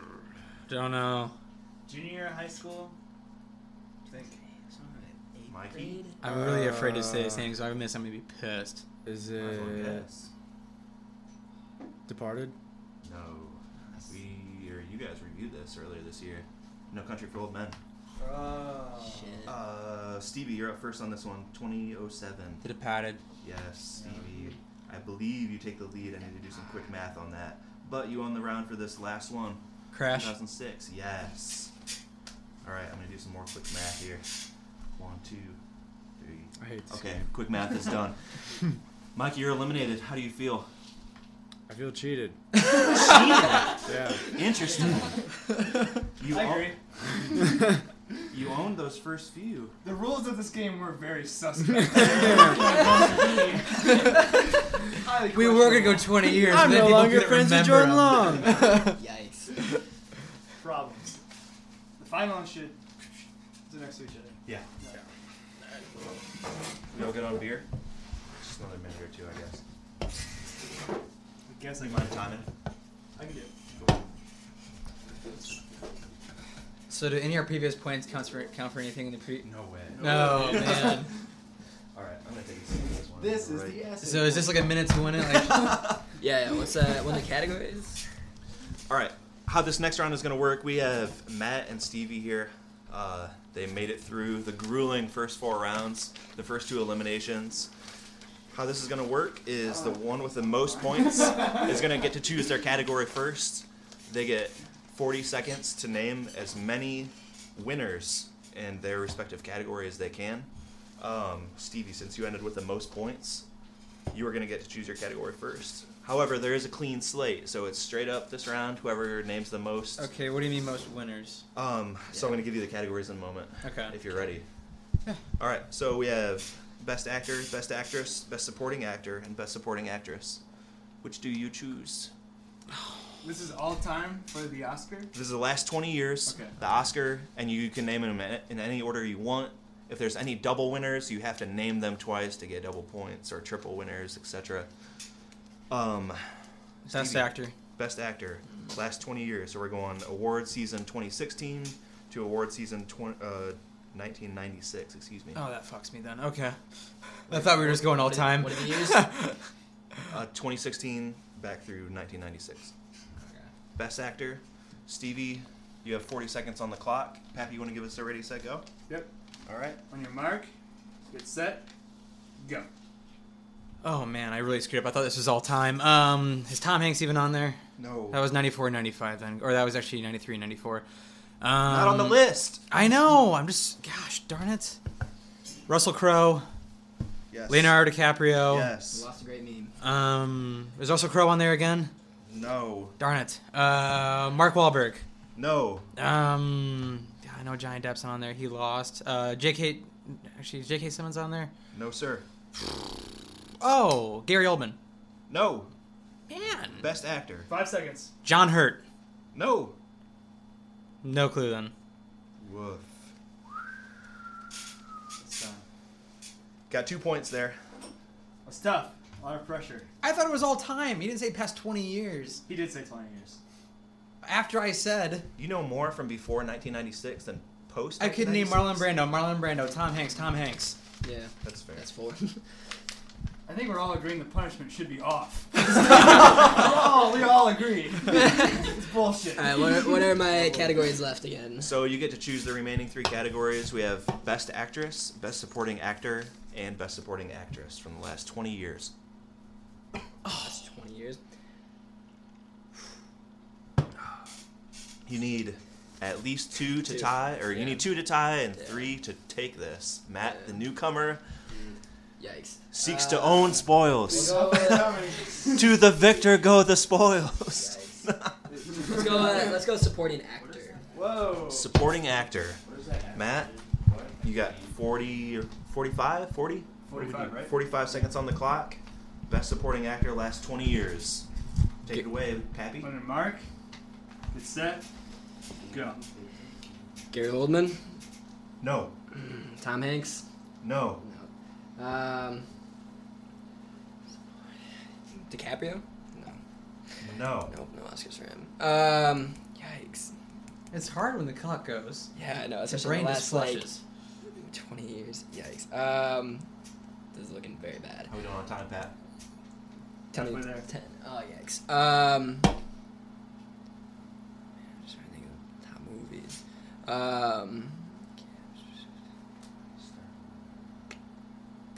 [SPEAKER 6] don't know.
[SPEAKER 3] Junior year of high school? Think.
[SPEAKER 4] It's alright. Eighth
[SPEAKER 2] Mikey?
[SPEAKER 4] grade?
[SPEAKER 6] I'm really afraid to say
[SPEAKER 7] Uh,
[SPEAKER 6] his name because if I miss, I'm gonna be pissed.
[SPEAKER 7] Is
[SPEAKER 2] Might as well
[SPEAKER 6] Uh,
[SPEAKER 7] it
[SPEAKER 2] guess.
[SPEAKER 7] Departed?
[SPEAKER 2] No. We or you guys reviewed this earlier this year. No Country for Old Men.
[SPEAKER 3] Oh.
[SPEAKER 4] Shit.
[SPEAKER 2] Uh, Stevie, you're up first on this one. 2007.
[SPEAKER 6] The Departed.
[SPEAKER 2] Yes, Stevie. I believe you take the lead. I need to do some quick math on that. But you on the round for this last one.
[SPEAKER 6] Crash.
[SPEAKER 2] 2006. Yes. All right, I'm gonna do some more quick math here. One, two, three.
[SPEAKER 7] I hate. This
[SPEAKER 2] Okay,
[SPEAKER 7] Game.
[SPEAKER 2] quick math is
[SPEAKER 7] (laughs)
[SPEAKER 2] done. Mike, you're eliminated. How do you feel?
[SPEAKER 7] I feel cheated. yeah. (laughs)
[SPEAKER 2] Interesting. You
[SPEAKER 3] I
[SPEAKER 2] own-
[SPEAKER 3] agree.
[SPEAKER 2] you owned those first few.
[SPEAKER 3] The rules of this game were very
[SPEAKER 6] (laughs)
[SPEAKER 3] suspect. Highly
[SPEAKER 6] We were gonna go 20 years. but
[SPEAKER 7] I'm
[SPEAKER 6] then
[SPEAKER 7] no
[SPEAKER 6] people
[SPEAKER 7] longer
[SPEAKER 6] couldn't
[SPEAKER 7] friends
[SPEAKER 6] remember
[SPEAKER 7] with Jordan
[SPEAKER 6] 'em. (laughs)
[SPEAKER 7] Long.
[SPEAKER 4] Yikes.
[SPEAKER 3] questionable. problems. The final should sit next to each other.
[SPEAKER 2] Yeah. We all good on beer? Just another minute or two, I guess.
[SPEAKER 3] I guess
[SPEAKER 2] Do you mind timing?
[SPEAKER 3] I can do it.
[SPEAKER 6] So do any of our previous points count for count for anything in the pre?
[SPEAKER 2] No way.
[SPEAKER 6] No man.
[SPEAKER 2] All right, I'm gonna take a sip of this one.
[SPEAKER 3] This is
[SPEAKER 2] Right.
[SPEAKER 3] the essence.
[SPEAKER 6] So is this like a minute to win (laughs) it? Like,
[SPEAKER 4] Yeah, yeah. What's uh, one of the categories?
[SPEAKER 2] All right, how this next round is going to work? We have Matt and Stevie here. Uh, they made it through the grueling first four rounds, the first two eliminations. How this is going to work is the one with the most points is going to get to choose their category first. They get 40 seconds to name as many winners in their respective category as they can. Um, Stevie, since you ended with the most points, you are going to get to choose your category first. However, there is a clean slate, so it's straight up this round. Whoever names the most.
[SPEAKER 6] Okay, what do you mean most winners?
[SPEAKER 2] Um, so I'm going to give you the categories in a moment.
[SPEAKER 6] Okay.
[SPEAKER 2] If you're ready. All right. So we have best actor, best actress, best supporting actor, and best supporting actress. Which do you choose?
[SPEAKER 3] This is all time for the Oscar.
[SPEAKER 2] This is the last 20 years,
[SPEAKER 3] Okay.
[SPEAKER 2] the Oscar, and you can name them in in any order you want. If there's any double winners, you have to name them twice to get double points or triple winners, etc. Um,
[SPEAKER 6] Best
[SPEAKER 2] Stevie.
[SPEAKER 6] actor.
[SPEAKER 2] Best Actor, last 20 years. So we're going award season 2016 to award season 20, uh, 1996. Excuse me.
[SPEAKER 6] Oh, that fucks me then. Okay. I thought we were just going all
[SPEAKER 4] What did-
[SPEAKER 6] time.
[SPEAKER 4] what did you use?
[SPEAKER 2] Uh, 2016 back through 1996. Best Actor, Stevie. You have 40 seconds on the clock. Pappy, you want to give us a ready, set, go?
[SPEAKER 3] Yep.
[SPEAKER 2] All right.
[SPEAKER 3] On your mark, get set, go.
[SPEAKER 6] (laughs) oh man, I really screwed up. I thought this was all time. Um, is Tom Hanks even on there?
[SPEAKER 2] No.
[SPEAKER 6] That was 94, 95 then, or that was actually 93, 94. Um,
[SPEAKER 2] Not on the list.
[SPEAKER 6] I know. I'm just, gosh, darn it. Russell Crowe,
[SPEAKER 2] Yes.
[SPEAKER 6] Leonardo DiCaprio.
[SPEAKER 4] We
[SPEAKER 2] Yes.
[SPEAKER 4] (laughs) lost a great meme.
[SPEAKER 6] Um, is Russell Crowe on there again?
[SPEAKER 2] No.
[SPEAKER 6] Darn it. Uh, Mark Wahlberg.
[SPEAKER 2] No.
[SPEAKER 6] Um, I know Johnny Depp's on there. He lost. Uh, J.K. Actually, is J.K. Simmons on there.
[SPEAKER 2] No, sir.
[SPEAKER 6] Oh, Gary Oldman.
[SPEAKER 2] No.
[SPEAKER 6] Man.
[SPEAKER 2] Best Actor.
[SPEAKER 3] Five seconds.
[SPEAKER 6] John Hurt.
[SPEAKER 2] No.
[SPEAKER 6] No clue then.
[SPEAKER 2] Woof. Got two points there.
[SPEAKER 3] That's tough. A lot of pressure.
[SPEAKER 6] I thought it was all time. He didn't say past 20 years.
[SPEAKER 3] He did say 20 years.
[SPEAKER 6] After I said
[SPEAKER 2] You know more from before 1996 than post.
[SPEAKER 6] I could name Marlon Brando, Marlon Brando, Tom Hanks, Tom Hanks.
[SPEAKER 4] Yeah,
[SPEAKER 2] That's fair.
[SPEAKER 4] that's (laughs) four.
[SPEAKER 3] I think we're all agreeing the punishment should be
[SPEAKER 6] (laughs)
[SPEAKER 3] off. (laughs) We're all- we all agree. it's bullshit.
[SPEAKER 4] All
[SPEAKER 6] Uh,
[SPEAKER 4] right, what are, what are my categories left again?
[SPEAKER 2] So you get to choose the remaining three categories. We have Best Actress, Best Supporting Actor, and Best Supporting Actress from the last 20 years.
[SPEAKER 4] That's 20 Oh, years.
[SPEAKER 2] You need at least two to
[SPEAKER 4] Two.
[SPEAKER 2] tie, or you
[SPEAKER 4] Yeah.
[SPEAKER 2] need two to tie and
[SPEAKER 4] Yeah.
[SPEAKER 2] three to take this. Matt,
[SPEAKER 4] Yeah.
[SPEAKER 2] the newcomer,
[SPEAKER 4] Yikes.
[SPEAKER 2] seeks
[SPEAKER 4] Uh,
[SPEAKER 2] to own
[SPEAKER 4] We'll
[SPEAKER 2] spoils.
[SPEAKER 4] go with,
[SPEAKER 2] (laughs) to the victor go the spoils.
[SPEAKER 4] yikes. let's (laughs) go. Uh, let's go supporting actor.
[SPEAKER 3] Whoa.
[SPEAKER 2] Supporting actor. Matt, you got 40, 45, 40?
[SPEAKER 3] 45, right?
[SPEAKER 2] 45 seconds on the clock. Best supporting actor last 20 years. Take it away, Pappy.
[SPEAKER 3] On your mark, get set, go.
[SPEAKER 4] Gary Oldman,
[SPEAKER 2] No,
[SPEAKER 4] Tom Hanks.
[SPEAKER 2] no,
[SPEAKER 4] No. Um. DiCaprio. No.
[SPEAKER 2] no.
[SPEAKER 4] Nope. No Oscars for him. Um. Yikes.
[SPEAKER 6] It's hard when the clock goes.
[SPEAKER 4] Yeah, I know.
[SPEAKER 6] The
[SPEAKER 4] Especially
[SPEAKER 6] brain
[SPEAKER 4] the
[SPEAKER 6] just
[SPEAKER 4] last like
[SPEAKER 6] flushes.
[SPEAKER 4] 20 years. Yikes. Um. This is looking very bad.
[SPEAKER 2] How we doing on time, Pat?
[SPEAKER 4] Tell me.
[SPEAKER 3] Halfway there.
[SPEAKER 4] Ten. Oh yikes. Um. I'm just trying to think of top movies. Um.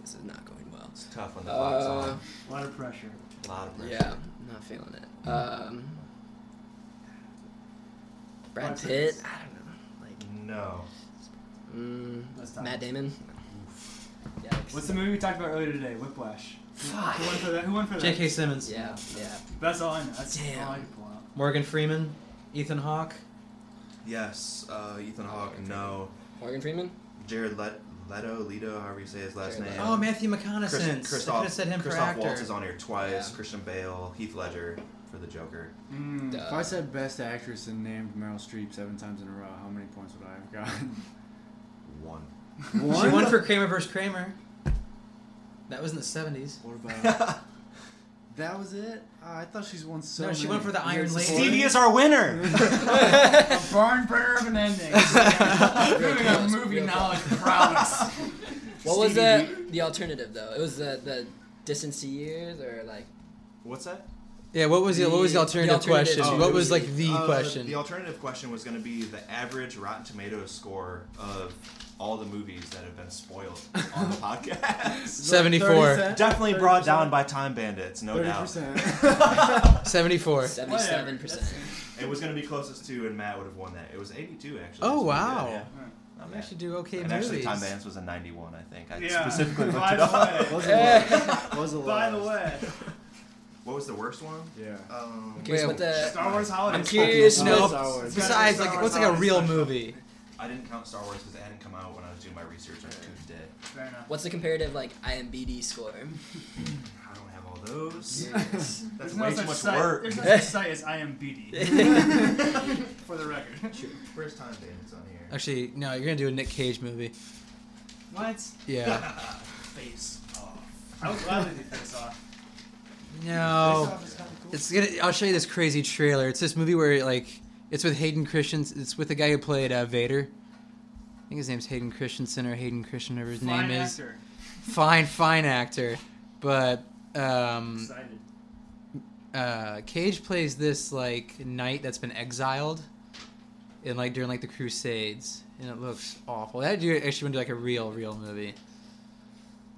[SPEAKER 4] This is not going well.
[SPEAKER 2] It's tough when the clock's
[SPEAKER 4] Uh,
[SPEAKER 2] on.
[SPEAKER 3] A lot of pressure.
[SPEAKER 2] A lot of pressure.
[SPEAKER 4] yeah, not feeling it. Um. Brad
[SPEAKER 3] Five
[SPEAKER 4] Pitt.
[SPEAKER 3] seconds.
[SPEAKER 4] I don't
[SPEAKER 2] No.
[SPEAKER 4] know.
[SPEAKER 3] That's
[SPEAKER 4] Like mm,
[SPEAKER 3] tough.
[SPEAKER 4] Matt Damon. Yikes.
[SPEAKER 3] What's the movie we talked about earlier today? Whiplash. Fuck. Who won for that? Who won for that?
[SPEAKER 6] J.K. Simmons.
[SPEAKER 4] Yeah, yeah.
[SPEAKER 3] That's all I know. That's
[SPEAKER 4] Damn.
[SPEAKER 3] all I can pull out.
[SPEAKER 6] Morgan Freeman. Ethan Hawke.
[SPEAKER 2] Yes, uh, Ethan Hawke, no.
[SPEAKER 4] Morgan Freeman.
[SPEAKER 2] Jared Let- Leto, Leto, however you say his last
[SPEAKER 4] Jared
[SPEAKER 2] name.
[SPEAKER 4] Leto.
[SPEAKER 6] Oh, Matthew McConaughey.
[SPEAKER 2] Chris-
[SPEAKER 6] I could
[SPEAKER 2] Christoph,
[SPEAKER 6] have said him
[SPEAKER 2] Christoph
[SPEAKER 6] for actor.
[SPEAKER 2] Waltz is on here twice.
[SPEAKER 4] Yeah.
[SPEAKER 2] Christian Bale, Heath Ledger for the Joker.
[SPEAKER 3] Mm.
[SPEAKER 4] Duh.
[SPEAKER 7] If I said best actress and named Meryl Streep seven times in a row, how many points would I have gotten?
[SPEAKER 2] One.
[SPEAKER 6] She won for Kramer versus Kramer. That was in the 70s.
[SPEAKER 7] What about? that was it. Oh, I thought she's won so.
[SPEAKER 6] No, she
[SPEAKER 7] many.
[SPEAKER 6] went for the Iron
[SPEAKER 7] Yes,
[SPEAKER 6] Lady.
[SPEAKER 7] supporting.
[SPEAKER 6] Stevie
[SPEAKER 2] is our
[SPEAKER 6] (laughs)
[SPEAKER 2] winner!
[SPEAKER 3] A barn burner of an ending. Moving on
[SPEAKER 4] close,
[SPEAKER 3] movie
[SPEAKER 4] real
[SPEAKER 3] knowledge prowess.
[SPEAKER 6] (laughs)
[SPEAKER 4] What was the
[SPEAKER 3] Stevie.
[SPEAKER 4] the alternative though? It was the the distance to years or like
[SPEAKER 2] What's that?
[SPEAKER 6] Yeah, what was the, what was the
[SPEAKER 4] The-
[SPEAKER 6] alternative,
[SPEAKER 4] the alternative
[SPEAKER 6] question?
[SPEAKER 4] to-
[SPEAKER 6] what was like the
[SPEAKER 2] Uh,
[SPEAKER 6] question?
[SPEAKER 2] The alternative question was going to be the average Rotten Tomatoes score of all the movies that have been spoiled
[SPEAKER 6] (laughs)
[SPEAKER 2] on the podcast.
[SPEAKER 6] 74.
[SPEAKER 7] 30%?
[SPEAKER 2] Definitely brought down by Time Bandits, no
[SPEAKER 7] Thirty
[SPEAKER 2] doubt.
[SPEAKER 7] (laughs) percent.
[SPEAKER 6] 74.
[SPEAKER 4] seventy seven percent?
[SPEAKER 2] It was going to be closest to, and Matt would have won that. It was 82, actually. That's pretty
[SPEAKER 6] Oh,
[SPEAKER 2] good,
[SPEAKER 6] wow.
[SPEAKER 2] yeah. Not
[SPEAKER 6] You
[SPEAKER 2] bad.
[SPEAKER 6] actually do okay
[SPEAKER 2] and
[SPEAKER 6] movies.
[SPEAKER 2] actually, Time Bands was a 91, I think. I
[SPEAKER 3] Yeah.
[SPEAKER 2] specifically looked
[SPEAKER 3] By
[SPEAKER 2] it
[SPEAKER 3] the
[SPEAKER 2] up.
[SPEAKER 3] way.
[SPEAKER 7] Was it? Was it?
[SPEAKER 3] By the way,
[SPEAKER 2] what was the worst one?
[SPEAKER 7] Yeah.
[SPEAKER 2] Um,
[SPEAKER 4] Curious
[SPEAKER 6] Wait,
[SPEAKER 4] what the
[SPEAKER 3] Star Wars Holiday
[SPEAKER 4] I'm
[SPEAKER 3] Special.
[SPEAKER 4] curious.
[SPEAKER 7] Star
[SPEAKER 4] No,
[SPEAKER 7] Wars.
[SPEAKER 3] It's gotta be
[SPEAKER 6] Besides,
[SPEAKER 3] Star
[SPEAKER 6] like,
[SPEAKER 3] Wars
[SPEAKER 6] what's like a
[SPEAKER 3] Holiday
[SPEAKER 6] real
[SPEAKER 3] Special.
[SPEAKER 6] movie?
[SPEAKER 2] I didn't count Star Wars because it hadn't come out when I was doing my research on Tuesday.
[SPEAKER 3] Fair enough.
[SPEAKER 4] what's the comparative like IMBD score?
[SPEAKER 2] I don't have all those. That's
[SPEAKER 3] There's
[SPEAKER 2] way
[SPEAKER 3] no
[SPEAKER 2] too
[SPEAKER 3] such
[SPEAKER 2] much
[SPEAKER 3] site.
[SPEAKER 2] work.
[SPEAKER 6] (laughs)
[SPEAKER 3] There's no such site as IMBD. For the record.
[SPEAKER 2] Where's Time Bandits on here?
[SPEAKER 6] Actually, no, you're gonna do a Nick Cage movie.
[SPEAKER 3] What?
[SPEAKER 6] Yeah.
[SPEAKER 3] Face off. I would gladly do face off.
[SPEAKER 6] no. Oh. It's gonna. I'll show you this crazy trailer. It's this movie where like it's with Hayden Christensen. It's with the guy who played uh, Vader. I think his name's Hayden Christensen or Hayden Christian, whatever his
[SPEAKER 3] Fine
[SPEAKER 6] name
[SPEAKER 3] actor.
[SPEAKER 6] is. Fine, fine actor. But um,
[SPEAKER 3] Excited.
[SPEAKER 6] uh, Cage plays this like knight that's been exiled, and like during like the Crusades, and it looks awful. That you actually want to do like a real, real movie.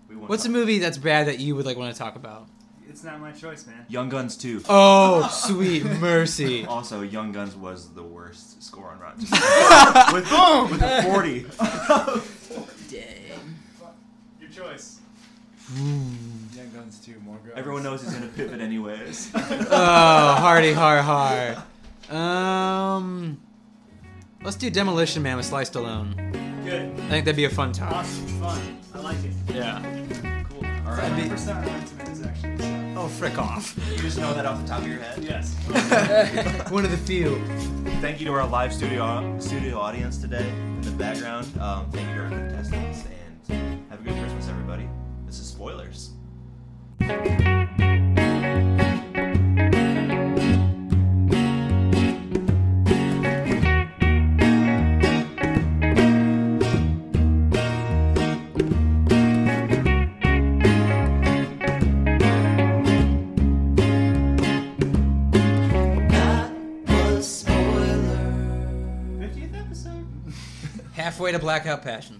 [SPEAKER 2] We won't
[SPEAKER 6] What's a
[SPEAKER 2] talk-
[SPEAKER 6] movie that's bad that you would like want to talk about?
[SPEAKER 3] It's not my choice, man.
[SPEAKER 2] Young Guns 2.
[SPEAKER 6] Oh,
[SPEAKER 2] (laughs)
[SPEAKER 6] sweet mercy! Oh,
[SPEAKER 2] Also, Young Guns was the worst score on Rotten Tomatoes. with, with a 40.
[SPEAKER 4] Dang.
[SPEAKER 3] Your choice.
[SPEAKER 7] Young Guns too. More guns.
[SPEAKER 2] Everyone knows he's going to pivot anyways.
[SPEAKER 6] (laughs) Oh, hardy har har. Um, let's do Demolition Man with Sliced Alone.
[SPEAKER 3] Good.
[SPEAKER 6] I think that'd be a fun topic.
[SPEAKER 3] Awesome. Fun. I like it.
[SPEAKER 6] Yeah.
[SPEAKER 2] All
[SPEAKER 3] It's
[SPEAKER 2] right.
[SPEAKER 3] on my first time on Tomatoes, actually. so-
[SPEAKER 6] Oh, frick off!
[SPEAKER 2] You just know that off the top of your head.
[SPEAKER 3] Yes.
[SPEAKER 6] One of the few.
[SPEAKER 2] Thank you to our live studio studio audience today in the background. Um, thank you to our contestants and have a good Christmas, everybody. This is spoilers.
[SPEAKER 1] That was spoiler.
[SPEAKER 3] 50th episode?
[SPEAKER 6] Halfway to Blackout Passion.